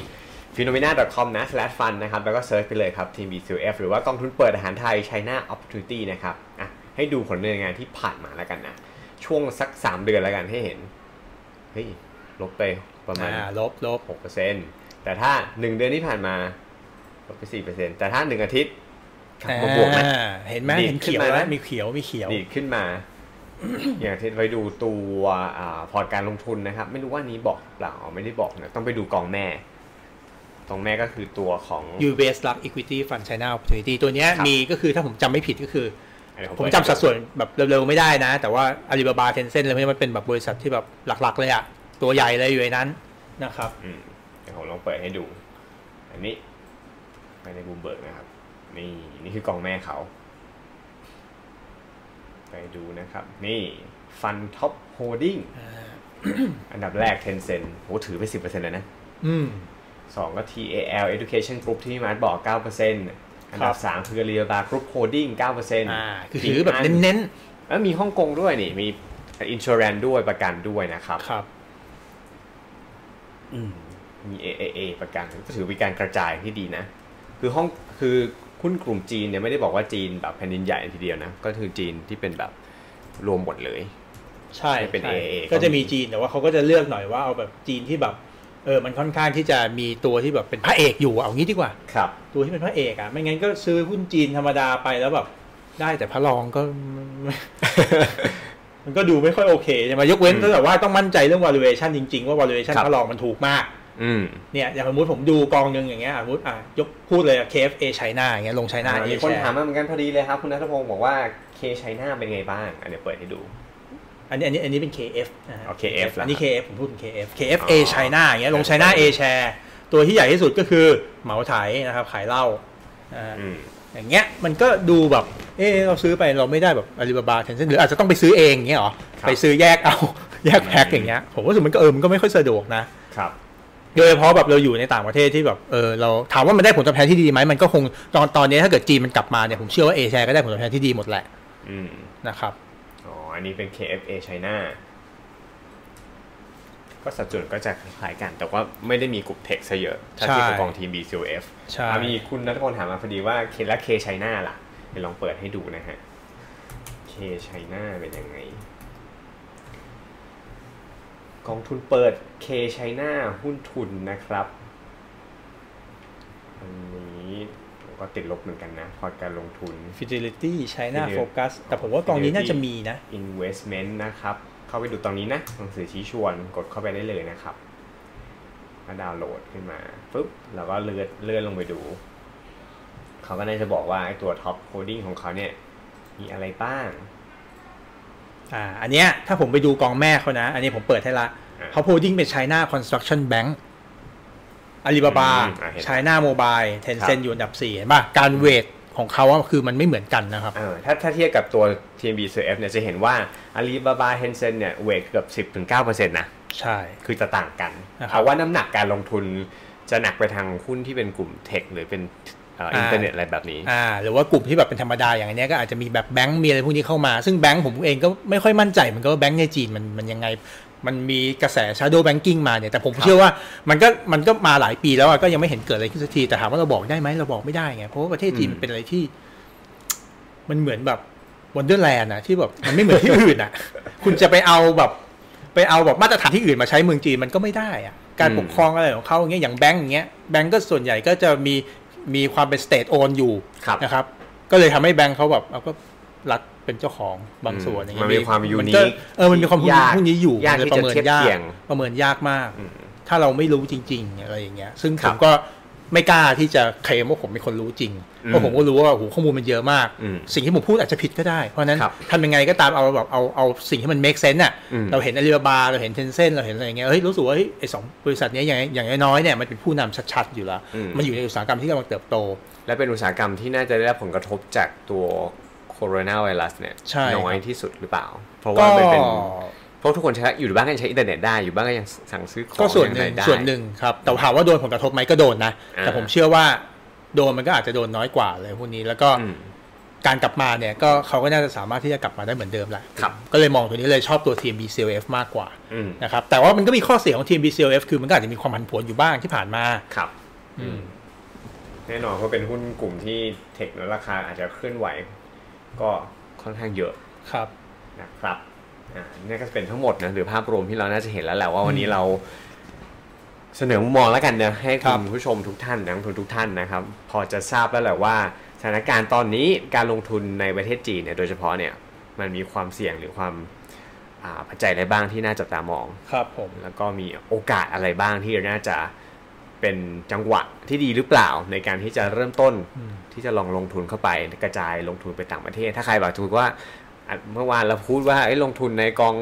A: phenomena.com นะ slash fund นะครับ แล้วก็เซิร์ชไปเลยครับ TMB 2F หรือว่ากองทุนเปิดอาหารไทย China Opportunity นะครับอ่ะให้ดูผลดำเนินงานที่ผ่านมาแล้วกันนะ ช่วงสัก 3 เดือนแล้วกันให้เห็น เฮ้ย ลบไปประมาณ
B: อ่าลบลบ
A: 6%แต่ถ้า 1 เดือนที่ผ่านมาลบไป 4%แต่ถ้า 1 อาทิตย์กลับมาบวกนะ
B: อ่าเห็นไหม
A: ดีด
B: เห็นเขียว
A: ขึ้นมา
B: แล้ว
A: นะ
B: มีเขียวมีเขียว
A: ดีดขึ้นมา อย่างเช่นไปดูตัวอ่าพอร์ตการลงทุนนะครับ ไม่รู้ว่านี้บอกหรือเปล่าไม่ได้บอกนะต้องไปดูกองแม่กองแม่ก็คือตัวของ
B: UBS Luck Equity Fund China Opportunity ตัวเนี้ย
A: ครับ
B: มีก็คือถ้าผมจำไม่ผิดก็คือ
A: อะไรของ
B: ผมจำสัดส่วนแบบเร็วๆไม่ได้นะ แต่ว่า Alibaba Tencent เลยเพราะว่ามันเป็นแบบบริษัทที่แบบหลักๆเลยอะตัวใหญ่เลยอยู่ในนั้นนะครับ
A: อืมเดี๋ยวผมลองเปิดให้ดู อันนี้ไปในบูมเบิร์กนะครับ นี่นี่คือกองแม่เขา ไปดูนะครับ นี่ฟันท็อปโฮดดิ้งอันดับแรก Tencent โหถือไป 10%แล้วนะ
B: อืม
A: สองก็ TAL Education Group ที่พี่มาร์ทบอก 9%อันดั
B: ครับ บ
A: 3 คือเรียบา Group Holding 9%
B: อ่า คือถือแบบเน้น
A: แล้วมีฮ่องกงด้วยนี่ มีอินช r รันด้วยประกันด้วยนะครับ
B: ๆ ครับ อืม
A: มี AAA ประกันก็ถือเป็นการกระจายที่ดีนะ คือห้องคือหุ้นกลุ่มจีนเนี่ยไม่ได้บอกว่าจีนแบบแผ่นดินใหญ่ทีเดียวนะ ก็คือจีนที่เป็นแบบรวมหมดเลย
B: ใช่
A: ให้เป็น
B: ใช่
A: AA
B: ก็จะมีจีนแต่ว่าเขาก็จะเลือกหน่อยว่าเอาแบบจีนที่แบบเออมันค่อนข้างที่จะมีตัวที่แบบเป็นพระเอกอยู่เอางี้ดีกว่า
A: ครับ
B: ตัวที่เป็นพระเอกอะไม่งั้นก็ซื้อหุ้นจีนธรรมดาไปแล้วแบบได้แต่พระรองก็ มันก็ดูไม่ค่อยโอเคใช่ไหมยกเว้น
A: อืม
B: ถ้าแต่ว่าต้องมั่นใจเรื่อง valuation จริง ๆ ว่า valuation
A: ครับ
B: พระรองมันถูกมาก
A: อืม
B: เนี่ยอย่างสมมติผมดูกองหนึ่งอย่างเงี้ยสมมติอ่ะยกพูดเลยอะ KFA ไชน่าอย่างเงี้ยลงไชน่า
A: อ่า
B: เอ
A: มี
B: แช
A: คน
B: ร์
A: ถามมาเหมือนกันพอดีเลยครับ คุณนัทพงศ์บอกว่า K ชัยนาเป็นไงบ้าง อันเนี้ยวเปิดให้ดู
B: อันนี้อันนี้อันนี้เป็น KF นะฮะ
A: อ๋อ KF
B: อันนี้
A: แล้ว
B: KF ผมพูดถึง KF KFA
A: อ๋อ
B: ไชน่าอย่างเงี้ยลงไชน่า
A: ครับ
B: เอแชร์ตัวที่ใหญ่ที่สุดก็คือเหมาไถนะครับขายเหล้าอ่า
A: อืม
B: อย่างเงี้ยมันก็ดูแบบ เออเราซื้อไปเราไม่ได้แบบอาลีบาบาเทนเซ็นหรืออาจจะต้องไปซื้อเองอย่างเงี้ยเหรอ
A: ครับ
B: ไปซื้อแยกเอา แยกแพ็ค
A: อืม
B: อย่างเงี้ยผมว่าสึกมันก็เออมันก็ไม่ค่อยสะดวกนะครับ โดยเฉพาะแบบเราอยู่ในต่างประเทศที่แบบเออเราถามว่ามันได้ผลตอบแทนที่ดีไหมมันก็คงตอนตอนนี้ถ้าเกิดจีนมันกลับมาเนี่ยผมเชื่อว่าเอแชร์ก็ได้ผลตอบแทนที่ดีหมดแหละ
A: อืม
B: นะครับ
A: อ๋อ อันนี้เป็น KFA China ก็สัดส่วนก็จะคล้ายๆกัน แต่ว่าไม่ได้มีกลุ่มเทคซะเยอะ ถ้าเทียบกับกองทีม BCF
B: ใช่
A: มีคุณนัทพลถามมาพอดีว่า K และ K China ล่ะ เดี๋ยวลองเปิดให้ดูนะฮะ K China เป็นยังไง กองทุนเปิด K China หุ้นทุนนะครับ อันนี้ผมก็ติดลบเหมือนกันนะ พอร์ตการลงทุน
B: ฟิเดลิตี้ไชน่า
A: Fidelity
B: โฟกัสแต่ผมว่ากองนี้น่าจะมีนะ
A: Investment นะครับ เข้าไปดูตอนนี้นะหนังสือชี้ชวนกดเข้าไปได้เลยนะครับก็ดาวน์โหลดขึ้นมาปุ๊บแล้วก็เลื่อนเลื่อนลงไปดู เขาก็น่าจะบอกว่าไอ้ตัวท็อปโ o ดดิ้งของเขาเนี่ย มีอะไรบ้าง
B: อ่าอันเนี้ยถ้าผมไปดูกองแม่เขานะ อันนี้ผมเปิดให้ละ
A: อ่า
B: เขาโพลดิ้งเป็นไชน่าคอนสตรั c ชั่นแบงก์อาลีบาบา
A: อืมอ่าเห็น
B: ไชน่ามบายเทนเซ็น
A: ครับ
B: อยู่อันดับสี่เห็นป่ะ การเวทของเขาอะคือมันไม่เหมือนกันนะครับ
A: เออถ้าถ้าเทียบกับตัว TMB CF เนี่ยจะเห็นว่า Alibaba Tencent เนี่ยเวทเกือบ 10-9%นะ
B: ใช่
A: คือจะต่างกัน
B: นะครับ
A: เพราะว่าน้ำหนักการลงทุนจะหนักไปทางหุ้นที่เป็นกลุ่มเทคหรือเป็นเอ่ออินเทอร์เน็ต
B: อ่า
A: อะไรแบบนี้
B: อ่าหรือว่ากลุ่มที่แบบเป็นธรรมดาอย่างอันเนี้ยก็อาจจะมีแบบแบงก์มีอะไรพวกนี้เข้ามา ซึ่งแบงก์ผมเองก็ไม่ค่อยมั่นใจเหมันก็ว่าแบงก์ในจีนมันมันยังไง มันมีกระแส shadow banking มาเนี่ยแต่ผมเชื่อว่ามันก็มันก็มาหลายปีแล้วอะก็ยังไม่เห็นเกิดอะไรขึ้นสักทีแต่ถามว่าเราบอกได้ไหมเราบอกไม่ได้ไงเพราะว่าประเทศจีน
A: อืม
B: มันเป็นอะไรที่ มันเหมือนแบบวันเดอร์แลนด์นะที่แบบมันไม่เหมือนที่อื่ นอะคุณจะไปเอาแบบ ไปเอาแบบมาตรฐานที่อื่นมาใช้เมืองจีนมันก็ไม่ได้อะการปกครองอะไรของเขาอย่างเงี้ยอย่างแบงก์อย่างเงี้ยแบงก์ก็ส่วนใหญ่ก็จะมีมีความเป็น state owned อยู่
A: ครับ
B: นะครับ ก็เลยทำให้แบงค์เขาแบบเอาก็รัฐเป็นเจ้าของบางส่วน
A: อืม
B: อย่าง
A: มั
B: เงี้
A: นมีความยูนิค
B: ก็เออมันมีความ
A: ยาก
B: พวกนี้อยู่
A: ยากที่
B: มันเลยป
A: จะ
B: ระเมิน
A: เทียบ
B: ยาก
A: เคียง
B: ประเมินยากมาก
A: อืม
B: ถ้าเราไม่รู้จริง ๆ อะไรอย่างเงี้ย ซึ่ง
A: ค
B: ผ
A: รับ
B: มก็ไม่กล้าที่จะเคลมว่าผมเป็นคนรู้จริงเพ
A: อื
B: ราะ
A: ม
B: ผมก็รู้ว่าโอ้โหข้อมูลมันเยอะมาก
A: อืม
B: สิ่งที่ผมพูดอาจจะผิดก็ได้ เพราะฉะนั้น
A: ครับ
B: ทำยังไงก็ตามเอาแบบเอาเอาสิ่งที่มัน make sense น่ะ
A: อืม
B: เราเห็นอาลีบาบาเราเห็นเทนเซ็นเราเห็นอะไรอย่างเงี้ยเฮ้ยรู้สึกว่าเฮ้ยไอ้สองบริษัทเนี้ยอย่างอย่างน้อยๆเนี่ยมันเป็นผู้นำชัดๆ อยู่แล้วมันอยู่ในอุตสาหกรรมที่กำลังเติบโต
A: และเป็นอุตสาหกรรมที่น่าจะได้รับผลกระทบจากตัวโคโรนาไวรัสเนี่ย
B: ใช่
A: น้อยที่สุดหรือเปล่า เพราะว่ามันเป็นเพ
B: ก็
A: ราะทุกคนใช้อยู่บ้านก็ยังใช้อินเทอร์เน็ตได้อยู่บ้านก็ยังสั่งซื้อของ
B: ก็ส่วนหนึ่ง
A: ยังไได้
B: ส่วนหนึ่งครับ แต่ถามว่าโดนผลกระทบไหมก็โดนนะ
A: อ่า
B: แต่ผมเชื่อว่าโดนมันก็อาจจะโดนน้อยกว่าเลยพวกนี้แล้วก็
A: อืม
B: การกลับมาเนี่ยก็เขาก็น่าจะสามารถที่จะกลับมาได้เหมือนเดิมแหละ
A: ครับ
B: ก็เลยมองตัวนี้เลยชอบตัว TMB CLF มากกว่า
A: อืม
B: นะครับแต่ว่ามันก็มีข้อเสียของ TMB CLF คือมันก็อาจจะมีความผันผวนอยู่บ้างที่ผ่านมา
A: ครับอืมแน่นอนเพราะเป็นหุ้นกลุ่มที่เทคแล้วราคาอาจจะเคลื่อนไหว ก็ค่อนข้างเยอะ
B: ครับ
A: นะครับอ่านี่ก็จะเป็นทั้งหมดนะหรือภาพรวมที่เราน่าจะเห็นแล้วแหละว่าวันนี้เราเสนอมุมมองแล้วกันนะให้
B: ครับ
A: คุณผู้ชมทุกท่านนักลงทุนทุกท่านนะครับ พอจะทราบแล้วแหละว่าสถานการณ์ตอนนี้การลงทุนในประเทศจีนเนี่ยโดยเฉพาะเนี่ยมันมีความเสี่ยงหรือความอ่าปัจจัยอะไรบ้างที่น่าจับตามอง
B: ครับผม
A: แล้วก็มีโอกาสอะไรบ้างที่น่าจะเป็นจังหวะที่ดีหรือเปล่าในการที่จะเริ่มต้น
B: อืม
A: ที่จะลองลงทุนเข้าไปกระจายลงทุนไปต่างประเทศ ถ้าใครบอกถูกว่าอ่ะเมื่อวานเราพูดว่าเอ้ยลงทุนในกอง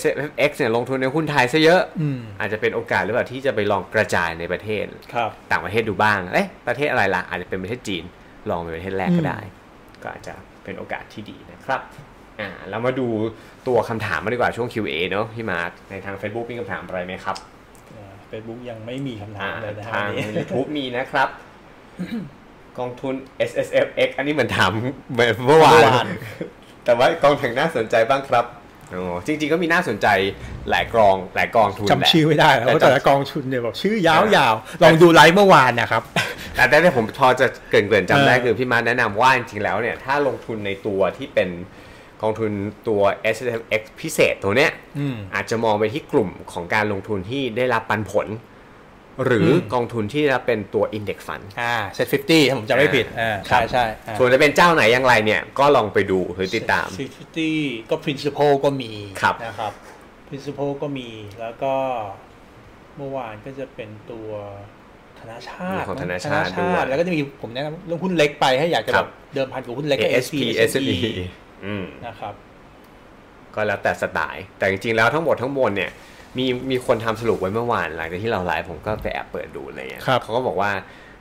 A: S F X เนี่ยลงทุนในหุ้นไทยซะเยอะ
B: อืม
A: อาจจะเป็นโอกาสหรือเปล่าที่จะไปลองกระจายในประเทศ
B: ครับ
A: ต่างประเทศดูบ้างเอ๊ะประเทศอะไรล่ะอาจจะเป็นประเทศจีน ลองเป็นประเทศแรกก็ได้ ก็อาจจะเป็นโอกาสที่ดีนะครับ อ่าเรามาดูตัวคำถามมาดีกว่าช่วง QA เนอะพี่มาร์ทในทาง Facebook มีคำถามอะไรไหมครับ
B: Facebook ยังไม่มีคำถา
A: อ่าม
B: เลยนะค
A: ทาง
B: รับ
A: YouTube มีนะครับ กองทุน S S F X อันนี้เหมือนถาม เมื่อเมื่อวา
B: เมื่อวาน น
A: แต่ว่ากองถึงน่าสนใจบ้างครับอ๋อจริง ๆ ก็มีน่าสนใจหลายกองหลายกองทุนแหละ
B: จำชื่อไม่ได้แล้วเพราะ
A: แต่จำ
B: แต่ละกองทุนเนี่ยแบบชื่อยาวๆลองดูไลฟ์เมื่อวานนะครับ
A: แต่แต่ที่ผมพอจะเกริ่นๆจำได้
B: เออ
A: คือพี่มาร์คแนะนำว่าจริงๆแล้วเนี่ย ถ้าลงทุนในตัวที่เป็นกองทุนตัว S F X พิเศษตัวเนี้ย
B: อืม
A: อาจจะมองไปที่กลุ่มของการลงทุนที่ได้รับปันผล หรืออ
B: ม
A: กองทุนที่รับเป็นตัว Index Fund
B: อ่าเซตฟิฟตี้ผมจำไม่ผิดอ่า
A: ครับ
B: ใช่ใช่อ่า
A: ส่วนจะเป็นเจ้าไหนอย่างไรเนี่ย ก็ลองไปดูหรือติดตาม
B: Safety ก็ principle ก็มี
A: ครับ
B: นะครับ principle ก็มีแล้วก็เมื่อวานก็จะเป็นตัวธนาชาติ
A: ของธนาชาติ
B: ธ
A: ด้วย
B: แล้วก็จะมีผมแนะนำเรื่องหุ้นเล็กไปให้อยากจะ
A: ค
B: แบ
A: รับ
B: บเดิมพันกับหุ้นเล็กก็
A: ASP
B: SP
A: SME อืม
B: นะครับ
A: ก็แล้วแต่สไตล์แต่จริงๆแล้วทั้งหมดทั้งมวลเนี่ยมีมีคนทำสรุปไว้เมื่อวานหลังจากที่เราไลฟ์ผมก็ไปแอบเปิดดูอะไรเงี้ย
B: ครับ
A: เขาก็บอกว่า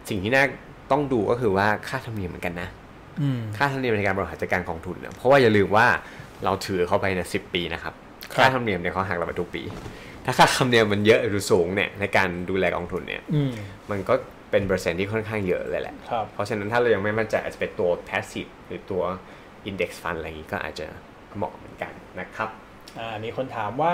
A: สิ่งที่น่าต้องดูก็คือว่าค่าธรรมเนียมเหมือนกันนะ
B: อืม
A: ค่าธรรมเนียมในการบริหารจัดการกองทุนนะเพราะว่าอย่าลืมว่าเราถือเขาไปเนี่ยสิปีนะครับ
B: ครับ
A: ค่าธรรมเนียมเนี่ยเขาหักเราไปทุกปี ถ้าค่าธรรมเนียมมันเยอะหรือสูงเนี่ยในการดูแลกองทุนเนี่ย
B: อืม
A: มันก็เป็นเปอร์เซ็นต์ที่ค่อนข้างเยอะเลยแหละ
B: ครับ
A: เพราะฉะนั้นถ้าเรายังไม่มั่นใจอาจจะเป็นตัว passive หรือตัว index fund อะไรอย่างนี้ก็อาจจะเหมาะเหมือนกันนะครับ
B: อ่ามีคนถามว่า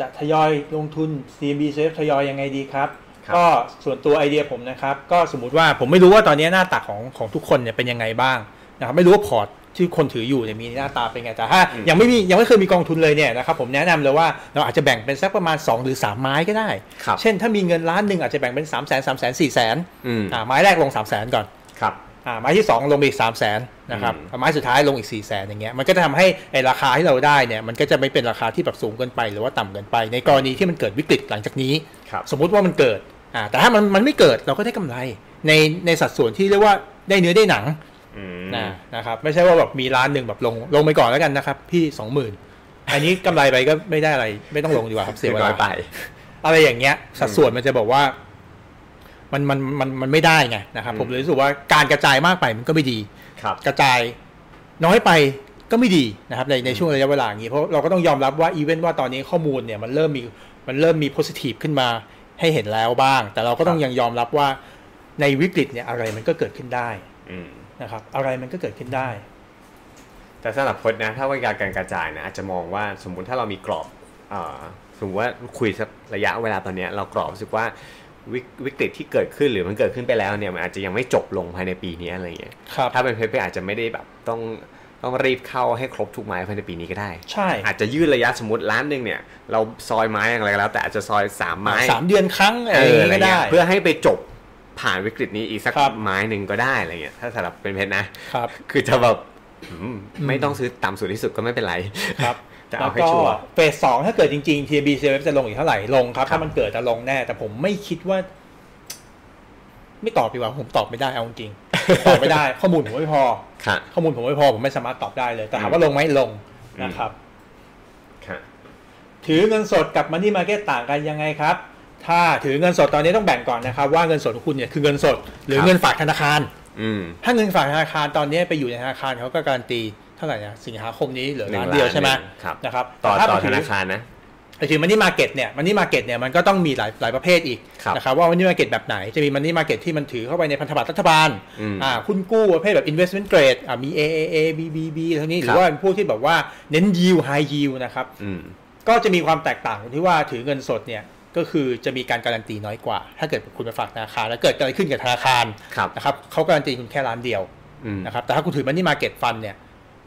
B: จะทยอยลงทุน CMB Safe ทยอยยังไงดีครับ
A: ครับ
B: ก็ส่วนตัวไอเดียผมนะครับ ก็สมมติว่าผมไม่รู้ว่าตอนนี้หน้าตาของของทุกคนเนี่ยเป็นยังไงบ้างนะครับไม่รู้ว่าพอร์ตที่คนถืออยู่เนี่ยมีหน้าตาเป็นไงแต่ถ้า
A: อืม
B: ยังไม่มียังไม่เคยมีกองทุนเลยเนี่ยนะครับผมแนะนำเลยว่าเราอาจจะแบ่งเป็นสักประมาณ 2 หรือ 3 ไม้ก็ได้
A: ครับ
B: เช่นถ้ามีเงินล้านหนึ่งอาจจะแบ่งเป็น 3 0 0 0 0 0 3 0 0 0 0 4 0 0 0
A: อืม
B: 0อ่าไม้แรกลง 3 0 0 0 0 0ก่อน
A: ครับ
B: อ่าไม้ที่ 2 ลงไปอีกสามแสนนะครับ
A: อืม
B: เอาไม้สุดท้ายลงอีก4ี่แสนอย่างเงี้ยมันก็จะทำให้ไอราคาที่เราได้เนี่ยมันก็จะไม่เป็นราคาที่แบบสูงเกินไปหรือว่าต่ำเกินไป ในกรณีที่มันเกิดวิกฤตหลังจากนี้
A: ครับ
B: สมมุติว่ามันเกิดอ่าแต่ถ้ามันมันไม่เกิดเราก็ได้กำไร ในในสัดส่วนที่เรียกว่าได้เนื้อได้หนัง
A: อืม
B: นะนะครับไม่ใช่ว่าแบบมีร้านหนึ่งแบบลงลงไปก่อนแล้วกันนะครับพี่สองหมื่นอันนี้กำไรไปก็ไม่ได้อะไรไม่ต้องลงดีกว่าครับเสียเว
A: น้อ
B: ลา
A: ยไป
B: อะไรอย่างเงี้ยสัดส่วนมันจะบอกว่า มันมันมันมันไม่ได้ไงนะครับ
A: อืม
B: ผมเลยรู้สึกว่าการกระจายมากไปมันก็ไม่ดี
A: ครับ
B: กระจายน้อยไปก็ไม่ดีนะครับในในช่วงระยะเวลาอย่างนี้เพราะเราก็ต้องยอมรับว่าอีเวนต์ว่าตอนนี้ข้อมูลเนี่ยมันเริ่มมี มันเริ่มมี positive ขึ้นมาให้เห็นแล้วบ้าง แต่เราก็ต้องยังยอมรับว่าในวิกฤตเนี่ยอะไรมันก็เกิดขึ้นได้
A: อืม
B: นะครับ อะไรมันก็เกิดขึ้นได้
A: แต่สำหรับพจน์นะถ้าว่าการกระจายนะอาจจะมองว่าสมมุติถ้าเรามีกรอบเอ่อสมมติว่าคุยสักระยะเวลาตอนเนี้ยเรากรอบรู้สึกว่าววิกฤตที่เกิดขึ้นหรือมันเกิดขึ้นไปแล้วเนี่ยมันอาจจะยังไม่จบลงภายในปีนี้อะไรเงี้ย
B: ครับ
A: ถ้าเป็นเพจอาจจะไม่ได้แบบต้องต้องรีบเข้าให้ครบทุกไม้ภายในปีนี้ก็ได้
B: ใช่
A: อาจจะยืดระยะสมมติร้านหนึ่งเนี่ยเราซอยไม้อะไรก็แล้ว แต่อาจจะซอยสามไม้
B: สามเดือนครั้งอะ
A: เอ
B: ไรอ
A: อย่าง อะไรเงี้
B: งี้ก็ได้
A: ยเพื่อให้ไปจบผ่านวิกฤตนี้อีกสัก
B: ครับ
A: ไม้หนึ่งก็ได้อะไรเงี้ยถ้าสำหรับเป็นเพจนะ
B: ครับ
A: คือจะแบบอืมไม่ต้องซื้อต่ำสุดที่สุดก็ไม่เป็นไร
B: ครับ
A: จะ
B: แล้
A: เอา
B: ว
A: ให้
B: ก็
A: ชัวร์
B: เฟสสองถ้าเกิดจริงๆ TB c f จะลงอีกเท่าไหร่ ลงค
A: ค
B: รับ
A: รับ
B: ถ้ามันเกิดจะลงแน่ แต่ผมไม่คิดว่า ไม่ตอบดีกว่า ผมตอบไม่ได้เอาจริง ๆ ตอบไม่ได้ ข้อมูลผมไม่พอ
A: ค่ะ
B: ข้อมูลผมไม่พอ ผมไม่สามารถตอบได้เลย แต่ถามว่าลงไหมลงนะครับ
A: ค่ะ
B: ถือเงินสดกับมันนี่มาเก็ตต่างกันยังไงครับ ถ้าถือเงินสดตอนนี้ต้องแบ่งก่อนนะครับ ว่าเงินสดของคุณเนี่ยคือเงินสด หรือ
A: ครับ
B: เงินฝากธนาคาร
A: อืม
B: ถ้าเงินฝากธนาคารตอนนี้ไปอยู่ในธนาคารเขาก็การันตีเท่าไหร่นะสิงหาคมนี้เหลือ
A: หนึ่ง
B: ล้านเดียวใช่ไหม
A: ล้านหนึ่งครับ
B: นะครับ
A: ต่อ
B: แถ้
A: ต่อ
B: ไป
A: ธ
B: ถื
A: นาคารนะ
B: แต่คือมันนี่มาเก็ตเนี่ยมันนี่มาเก็ตเนี่ยมันก็ต้องมีหลายหลายประเภทอีก
A: ครับ
B: นะครับว่ามันนี่มาเก็ตแบบไหนจะมีมันนี่มาเก็ตที่มันถือเข้าไปในพันธบัตรรัฐบาล
A: อืม
B: อ่าคุณกู้ประเภทแบบ investment grade อ่ามี AAA BBB เท่านี้ห
A: ครั
B: รือบ ว่าพวกที่แบบว่าเน้น yield high yield นะครับ
A: อืม
B: ก็จะมีความแตกต่างตรงที่ว่าถือเงินสดเนี่ยก็คือจะมีการการันตีน้อยกว่า ถ้าเกิดคุณไปฝากธนาคารแล้วเกิดอะไรขึ้นกับธนาคาร
A: ครับ
B: นะครับเขาการันตีคุณแค่ล้านเดียว
A: อืม
B: นะครับแต่ถ้าคุณถือมันนี่มาเก็ตฟันเนี่ย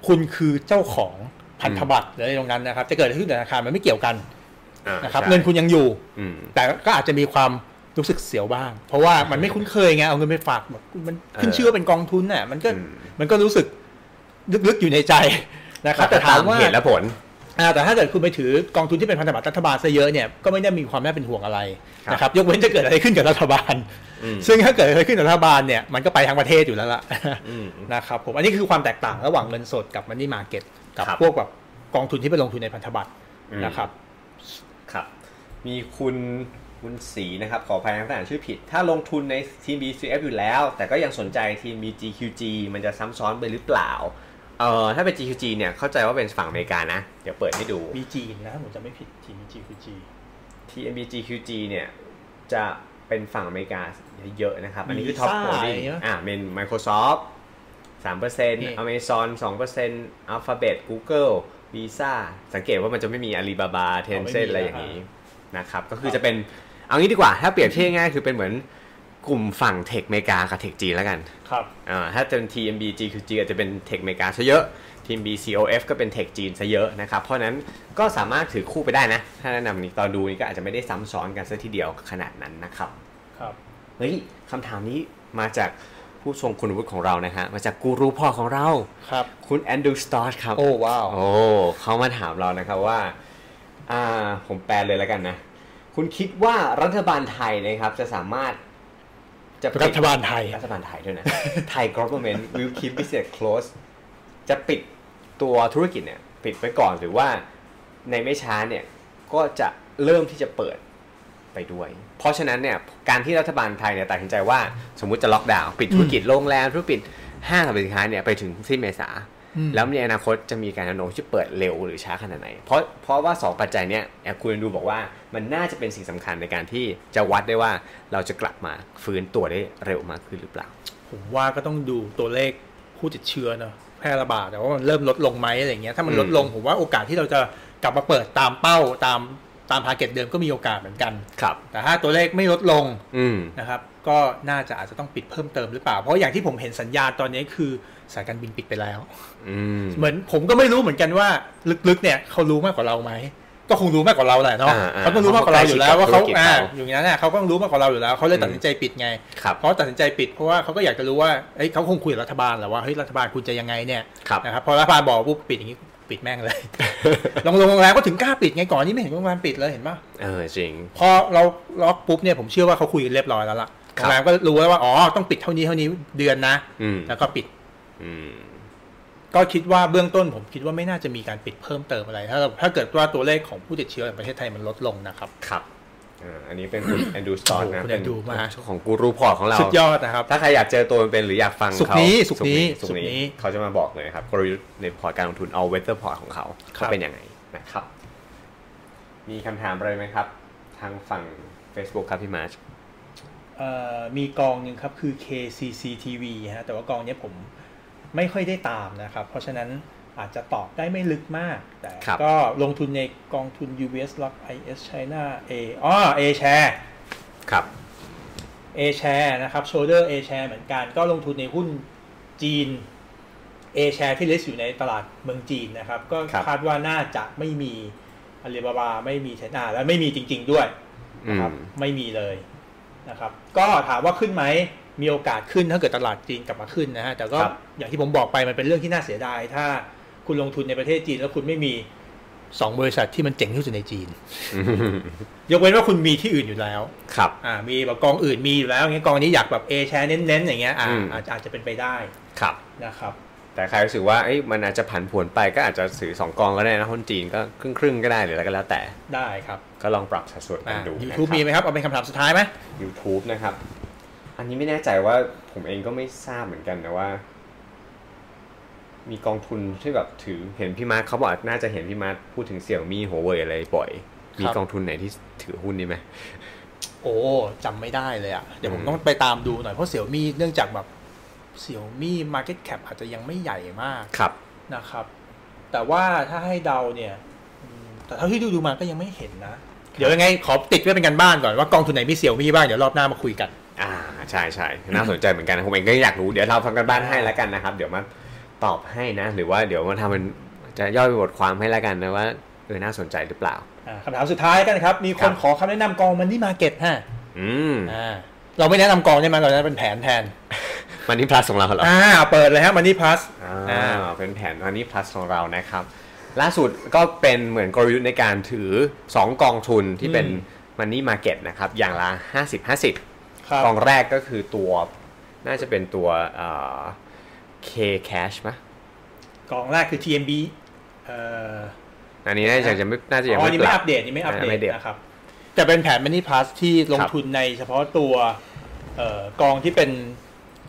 B: คุณคือเจ้าของพันธบัตรหรืออะไรตรงนั้นนะครับ จะเกิดอะไรขึ้นกับธนาคารมันไม่เกี่ยวกัน
A: อ่า
B: นะครับ
A: ใช่
B: เงินคุณยังอยู่
A: อืม
B: แต่ก็อาจจะมีความรู้สึกเสียวบ้าง เพราะว่ามันไม่คุ้นเคยไงเอาเงินไปฝากแบบมันขึ้นชื่อว่าเป็นกองทุนน่ะมันก็
A: อืม
B: มันก็รู้สึกลึกๆอยู่ในใจนะครับ แต่ถามว่า
A: เหตุและผล
B: อ่าแต่ถ้าเกิดคุณไปถือกองทุนที่เป็นพันธบัตรรัฐบาลซะเยอะเนี่ยก็ไม่ได้มีความน่าเป็นห่วงอะไร
A: ครับ
B: นะครับยกเว้นจะเกิดอะไรขึ้นกับรัฐบาล
A: อืม
B: ซึ่งถ้าเกิดอะไรขึ้นกับรัฐบาลเนี่ยมันก็ไปทั้งประเทศอยู่แล้วล่ะ
A: อืม
B: นะครับผมอันนี้คือความแตกต่างระหว่างเงินสดกับมันนี่มาเก็ตกับ
A: ครับ
B: พวกแบบกองทุนที่ไปลงทุนในพันธบัตร
A: อืม
B: นะครับ
A: ครับ มีคุณคุณสีนะครับ ขออภัยนะถ้าอ่านชื่อผิด ถ้าลงทุนในทีม BCF อยู่แล้ว แต่ก็ยังสนใจทีม BGQG มันจะซ้ำซ้อนไปหรือเปล่า เอ่อ ถ้าเป็น GQG เนี่ยเข้าใจว่าเป็นฝั่งอเมริกานะ เดี๋ยวเปิดให้ดู
B: มีจีนนะผมจะไม่ผิดทีมมีจีคือจี
A: TMBGQG เนี่ยจะเป็นฝั่งอเมริกาเยอะๆนะครับ อันนี้คือ
B: Visa
A: ท็อปโ o ล d ิ n ง
B: อะไรเงี้ย
A: อ่าเป็น Microsoft 3%
B: นี่
A: Amazon 2% Alphabet Google Visa สังเกตว่ามันจะไม่มี Alibaba
B: ไม่
A: Tencent
B: มี
A: อะไรอย่างนี้นะครับ ก็คือ
B: ครับ
A: จะเป็น เอางี้ดีกว่า ถ้าเปรียบเทียบง่ายๆคือเป็นเหมือนกลุ่มฝั่งเทคอเมริกากับเทคจีนแล้วกัน
B: ครับ
A: อ่าถ้าเป็น TMBGQG อาจจะเป็นเทคเมกาซะเยอะ ทีม BCOF ก็เป็นเทคจีนซะเยอะนะครับ เพราะฉะนั้นก็สามารถถือคู่ไปได้นะ ถ้าแนะนำนี้ตอนดูนี้ก็อาจจะไม่ได้ซ้ำซ้อนกันซะทีเดียวขนาดนั้นนะครับ
B: ครับ
A: เฮ้ยคำถามนี้มาจากผู้ทรงคุณวุฒิของเรานะฮะ มาจากกูรูพ่อของเรา
B: ครับ
A: คุณแอนดรูสตอร์ครับ
B: โอ้ว้าว
A: โอ้เขามาถามเรานะครับว่า อ่า ผมแปลเลยแล้วกันนะ คุณคิดว่ารัฐบาลไทยนะครับจะสามารถ จะปิด
B: รัฐบาลไทย
A: รัฐบาลไทยด้วยนะ ไทย government will keep business close จะปิดตัวธุรกิจเนี่ย ปิดไว้ก่อนหรือว่าในไม่ช้าเนี่ย ก็จะเริ่มที่จะเปิดไปด้วย เพราะฉะนั้นเนี่ย การที่รัฐบาลไทยเนี่ยตัดสินใจว่าสมมุติจะล็อกดาวน์ปิดธุรกิจโรงแรมธุรกิจห้างสรรพสินค้าเนี่ยไปถึงสิ้นเมษา
B: อืม
A: แล้วในอนาคตจะมีการแนวโน้มที่เปิดเร็วหรือช้าขนาดไหน เพราะเพราะว่าสองปัจจัยเนี่ยแอบคุณดูบอกว่ามันน่าจะเป็นสิ่งสำคัญในการที่จะวัดได้ว่าเราจะกลับมาฟื้นตัวได้เร็วมากขึ้นหรือเปล่า
B: ผมว่าก็ต้องดูตัวเลขผู้ติดเชื้อเนอะแพร่ระบาดแต่ว่ามันเริ่มลดลงไหมอะไรเงี้ยถ้ามัน
A: อืม
B: ลดลงผมว่าโอกาสที่เราจะกลับมาเปิดตามเป้าตามตามทาร์เก็ตเดิมก็มีโอกาสเหมือนกัน
A: ครับ
B: แต่ถ้าตัวเลขไม่ลดลง
A: อืม
B: นะครับก็น่าจะอาจจะต้องปิดเพิ่มเติมหรือเปล่า เพราะอย่างที่ผมเห็นสัญญาณตอนนี้คือสายการบินปิดไปแล้ว
A: อืม
B: เหมือนผมก็ไม่รู้เหมือนกันว่าลึกๆเนี่ยเขารู้มากกว่าเราไหมก็คงรู้มากกว่าเราแหละเนาะ
A: อ่าอ่า
B: เขาต้องรู้มากกว่าเราอยู่แล้วว่าเขา
A: เขาก็ใกล้ชิด
B: อ่า
A: กับธุรกิจเขา
B: อยู่อย่างนั้นน่ะเขาก็ต้องรู้มากกว่าเราอยู่แล้วเขาเลยตัดสินใจปิดไง
A: ครับ
B: เพราะตัดสินใจปิดเพราะว่าเขาก็อยากจะรู้ว่าเอ้ยเขาคงคุยกับรัฐบาลแหละว่าเฮ้ยรัฐบาลคุณจะยังไงเนี่ย
A: ครับ
B: นะครับพอรัฐบาลบอกปุ๊บปิดอย่างนี้ปิดแม่ง เลย ลงโรงแรมก็ถึงกล้าปิดไงก่อนนี่ไม่เห็นโรงแรมปิดเลยเห็นปะ
A: เออจริง
B: พอเราล็อกปุ๊บเนี่ยผมเชื่อว่าเขาคุยกันเรียบร้อยแล้วล่ะ
A: ค
B: โร
A: รับ
B: งแรมก็รู้แล้วว่าอ๋อต้องปิดเท่านี้เท่านี้เดือนนะ
A: อืม
B: แล้วก็ปิด
A: อืม
B: ก็คิดว่าเบื้องต้นผมคิดว่าไม่น่าจะมีการปิดเพิ่มเติมอะไร ถ้าเราถ้าเกิดว่าตัวเลขของผู้ติดเชื้อในประเทศไทยมันลดลงนะครับ
A: ครับอ่าอันนี้เป็นคุณ แอนดูสตอนนะ
B: โอ้โหคุณ
A: เป็น
B: Andrew มา
A: ของกูรูพอร์ตของเรา
B: สุดยอดนะครับ
A: ถ้าใครอยากเจอตัวเป็นๆหรืออยากฟัง
B: ศุกร์
A: เขา
B: นี้
A: ศุก
B: ศุกร์นี้
A: ศุก
B: ศุ
A: ร์
B: กร์นี้
A: นี้เขาจะมาบอกเลยนะครับกลยุทธ์ในพอร์ตการลงทุน all weather port ของเขา
B: ครับ
A: เขาเป็นยังไงนะครับ มีคำถามอะไรไหมครับ ทางฝั่ง Facebook ครับพี่มาร์ช
B: เอ่อมีกองหนึ่งครับคือ KCC TV ฮะแต่ว่ากองเนี้ยผมไม่ค่อยได้ตามนะครับ เพราะฉะนั้นอาจจะตอบได้ไม่ลึกมาก แต่
A: ครับ
B: ก็ลงทุนในกองทุน US l o c k IS China A อ๋อ A share
A: ครับ
B: A share นะครับ Shoulder A share เหมือนกัน ก็ลงทุนในหุ้นจีน A share ที่ list อยู่ในตลาดเมืองจีนนะครับ ก็
A: ครับ
B: คาดว่าน่าจะไม่มีอาลีบาบาไม่มีเทนาและไม่มีจริง ๆ ด้วย
A: อื
B: นะครับ
A: ม
B: ไม่มีเลยนะครับ ก็ถามว่าขึ้นไหมมีโอกาสขึ้นถ้าเกิดตลาดจีนกลับมาขึ้นนะฮะแต่ก็
A: ครับ
B: อย่างที่ผมบอกไปมันเป็นเรื่องที่น่าเสียดาย ถ้าคุณลงทุนในประเทศจีนแล้วคุณไม่มีสองบริษัทที่มันเจ๋งที่สุดในจีน ยกเว้นว่าคุณมีที่อื่นอยู่แล้ว
A: ครับ
B: อ่ามีแบบกองอื่นมีอยู่แล้วอย่างเงี้ยกองนี้อยากแบบเอแชร์เน้นๆอย่างเงี้ยอ่า
A: อืม
B: อาจอาจจะเป็นไปได้
A: ครับ
B: นะครับ
A: แต่ใครรู้สึกว่าเอ้ยมันอาจจะผันผวนไปก็อาจจะสื่อสองกองก็ได้นะหุ้นจีนก็ครึ่งครึ่งๆก็ได้หรืออะไรก็แล้วแต่
B: ได้ครับ
A: ก็ลองปรับสัดส่วนกั
B: อ่าน
A: ดู
B: ยู
A: นะค
B: ทูบมี
A: รับ
B: ไหมครับเอาเป็นคำถามสุดท้ายไหม
A: YouTube นะครับ อันนี้ไม่แน่ใจว่าผมเองก็ไม่ทราบเหมือนกันนะว่า มีกองทุนที่แบบถือเห็นพี่มาร์คเขาบอกน่าจะเห็นพี่มาร์คพูดถึงเสี่ยมีหัวเว่ยอะไรบ่อย
B: ครับ
A: มีกองทุนไหนที่ถือหุ้นนี้ไหม
B: โอ้จำไม่ได้เลยอะ่ะ เดี๋ยวผม
A: อืม
B: ต้องไปตามดูหน่อย เพราะเสี่ยวมี่เนื่องจากแบบเสี่ยวมี่ Market Cap อาจจะยังไม่ใหญ่มาก
A: ครับ
B: นะครับ แต่ว่าถ้าให้เดาเนี่ยอืมแต่เท่าที่ดูดูๆมาก็ยังไม่เห็นนะ เดี๋ยวยังไงขอติดไว้เป็นกันบ้านก่อนว่ากองทุนไหนมีเสี่ยวมี่บ้าง เดี๋ยวรอบหน้ามาคุยกัน
A: อ่าใช่ใช่น่าสนใจเหมือนกันนะผมเองก็อยากรู้เดี๋ยวเราทำกันบ้านให้แล้วกันนะครับ เดี๋ยวมาตอบให้นะ หรือว่าเดี๋ยวมาทำเป็นจะย่อยเป็นบทความให้แล้วกันนะว่าเออน่าสนใจหรือเปล่า
B: อ่าคำถามสุดท้ายกันครับ มีค
A: ครั
B: น
A: บ
B: ขอคำแนะนำกองมันนี่มาเก็ตฮะ
A: อืม
B: อ่าเราไม่แนะนำกองใช่ไหมเราแนะนำเป็นแผนแทน
A: มันนี่พลัสของเราเหรอ
B: อ่าเปิดเลยฮะมันนี่พลัส
A: อ่าเป็นแผนมันนี่พลัสของเรานะครับ ล่าสุดก็เป็นเหมือนกลยุทธ์ในการถือ 2 กองทุนที่เป็น
B: อืม
A: มันนี่มาเก็ตนะครับ อย่างละ 50 50
B: ครับ
A: กองแรกก็คือตัวน่าจะเป็นตัวเอ่อ K Cash ปะ
B: กองแรกคือ TMB เอ่อ
A: อันนี้น่าจะยังไม่น่าจะยัง
B: อ๋อ
A: ไม่
B: นี่
A: ป
B: ไม่
A: รั
B: อั
A: บ
B: ปเดตนี่ไม่อัป
A: ไม่อัป
B: เด
A: เด
B: ต
A: ต
B: นะครับ แต่เป็นแผน Money Plus ที่ลง
A: ครับ
B: ทุนในเฉพาะตัวเอ่อกองที่เป็น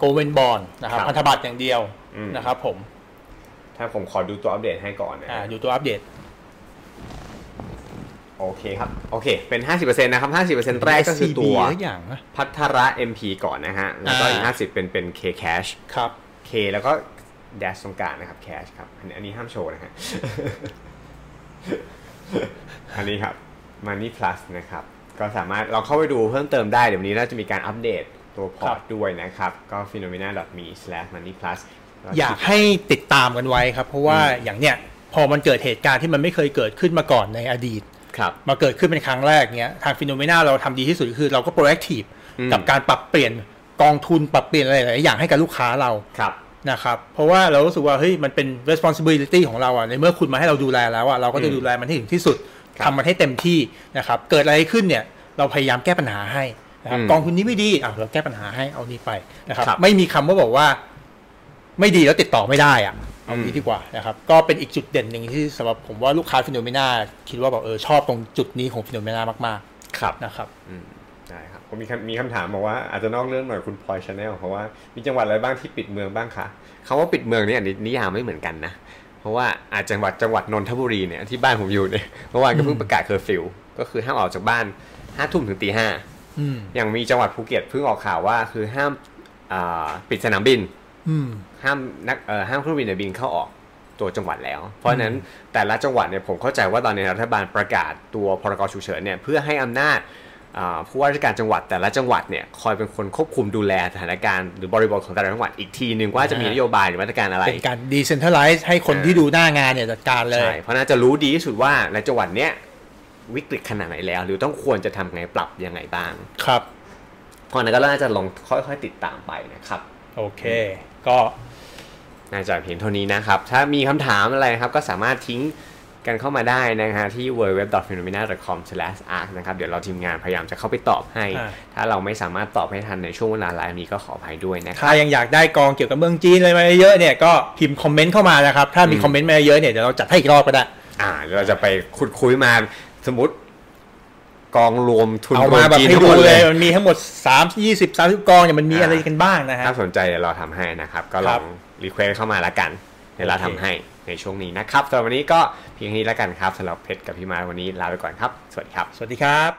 B: g o v e r n b o n d นะครับ
A: ครับ
B: พันธบัตรอย่างเดียว
A: อืม
B: นะครับผม
A: ถ้าผมขอดูตัวอัปเดตให้ก่อนนะ
B: อ่า
A: ฮะ
B: อยู่ตัวอัปเดต
A: โอเคครับ โอเค เป็น 50%นะครับ 50%แรกก็คือ
B: SCB
A: ตัว
B: ทุกอย่างนะ
A: พัทระ MP ก่อนนะฮะ แล้วก็อีก
B: อ่า
A: 50 เป็นเป็น K Cash
B: ครับ
A: K แล้วก็ dash ตรงกลางนะครับ Cash ครับ อันนี้อันนี้ห้ามโชว์นะฮะ อันนี้ครับ Money Plus นะครับ ก็สามารถเราเข้าไปดูเพิ่มเติมได้ เดี๋ยววนนี้เราจะมีการอัปเดตตัวพอร์ต
B: ครับ
A: ด้วยนะครับ ก็ phenomena.me/moneyplus แล้ว
B: อยากให้ติดตามกันไว้ครับ เพราะว่าอย่างเนี้ยพอมันเกิดเหตุการณ์ที่มันไม่เคยเกิดขึ้นมาก่อนในอดีต
A: ครับ
B: มาเกิดขึ้นเป็นครั้งแรกเนี้ยทางฟิโนเมนาเราทำดีที่สุดคือเราก็ proactive
A: อืม
B: กับการปรับเปลี่ยนกองทุนปรับเปลี่ยนอะไรหลายๆอย่างให้กับลูกค้าเรา
A: ครับ
B: นะครับ เพราะว่าเรารู้สึกว่าเฮ้ยมันเป็น responsibility ของเราอ่ะในเมื่อคุณมาให้เราดูแลแล้วอ่ะเราก็จะ
A: อืม
B: ดูแลมันให้ถึงที่สุด
A: ครับ
B: ทำมันให้เต็มที่นะครับ เกิดอะไรขึ้นเนี่ยเราพยายามแก้ปัญหาให้นะครับ
A: อืม
B: กองทุนนี้ไม่ดีอ่ะเราแก้ปัญหาให้เอานี้ไปนะครับ
A: ครับ
B: ไม่มีคำว่าบอกว่า ไม่ดีแล้วติดต่อไม่ได้อ่ะเอา
A: อื
B: งี้
A: ม
B: ดีกว่านะครับ ก็เป็นอีกจุดเด่นหนึ่งที่สำหรับผมว่าลูกค้าฟิโนเมนาคิดว่าแบบเออชอบตรงจุดนี้ของฟิโนเมนามาก
A: ครับ
B: ๆนะครับ
A: อืมได้ครับผมมีคำมีคำถามบอกว่าอาจจะนอกเรื่องหน่อยคุณพลอยชาแนลเพราะว่ามีจังหวัดอะไรบ้างที่ปิดเมืองบ้างคะคำว่าปิดเมืองเนี่ยนิยามไม่เหมือนกันนะ เพราะว่าอาจจังหวัดจังหวัดนนทบุรีเนี่ยที่บ้านผมอยู่เนี่ยเมื่อวานก็เพิ่งประกาศเคอร์ฟิวก็คือห้ามออกจากบ้านห้าทุ่มถึงตีห้า
B: อืม
A: อย่างมีจังหวัดภูเก็ตเพิ่งออกข่าวว่าคือห้ามอ่าปิดสนามบิน
B: อืม
A: ห้ามนักเอ่อห้ามเครื่องบินในยบินเข้าออกตัวจังหวัดแล้ว เพราะฉะนั้นแต่ละจังหวัดเนี่ยผมเข้าใจว่าตอนนี้รัฐบาลประกาศตัวพรกฉุกเฉินเนี่ยเพื่อให้อำนาจอ่าผู้ว่าราชการจังหวัดแต่ละจังหวัดเนี่ยคอยเป็นคนควบคุมดูแลสถานการณ์หรือบริบทของแต่ละจังหวัดอีกทีหนึ่งว่าจะมี
B: อ่าน
A: นโยบายหรือมาตรการอะไร
B: เป็นการ decentralize ให้คน
A: อ่า
B: ที่ดูหน้างานเนี่ยจัดการเลย
A: ใช่เพราะน่าจะรู้ดีที่สุดว่าในจังหวัดเนี้ยวิกฤตขนาดไหนแล้ว หรือต้องควรจะทำไงปรับยังไงบ้าง
B: ครับ
A: เพราะฉะนั้นก็น่าจะลองค่อยๆ ติดตามไปนะครับ
B: โอเค ก็
A: น่าจะเพียงเท่านี้นะครับ ถ้ามีคำถามอะไรนะครับ ก็สามารถทิ้งกันเข้ามาได้นะฮะที่ www.phenomena.com/arc นะครับ เดี๋ยวเราทีมงานพยายามจะเข้าไปตอบให้
B: อ่า
A: ถ้าเราไม่สามารถตอบให้ทันในช่วงเวลาไลน์นี้ก็ขออภัยด้วยนะครับ
B: ถ้ายังอยากได้กองเกี่ยวกับเมืองจีนอะไรมาเยอะๆเนี่ยก็พิมพ์คอมเมนต์เข้ามานะครับ ถ้ามี
A: อืม
B: คอมเมนต์มาเยอะเนี่ยเดี๋ยวเราจัดให้อีกรอบก็ได้
A: อ่าเดี๋ยวเราจะไปขุดคุยมาสมมติกองรวมทุน
B: เอามาร
A: ว
B: แบบ
A: จีน
B: ให้
A: ทั้ง
B: ดู
A: หมด
B: เล
A: เลย ย
B: มันมีทั้งหมด 3 20 30 กองเนี่ยมันมี
A: อ่า
B: อะไรกันบ้างนะฮะ
A: ถ้าสนใจเดี๋ยวเราทำให้นะครับ ก็ล
B: ครั
A: อบ งรีเควสเข้ามาละกัน เดี๋ยวเราทำ
B: โอเค
A: ให้ในช่วงนี้นะครับสำหรับวันนี้ก็เพียงเท่านี้ละกันครับสำหรับเพชรกับพี่มาร์ควันนี้ลาไปก่อนครับ สวัสดีครับ
B: สวัสดีครับ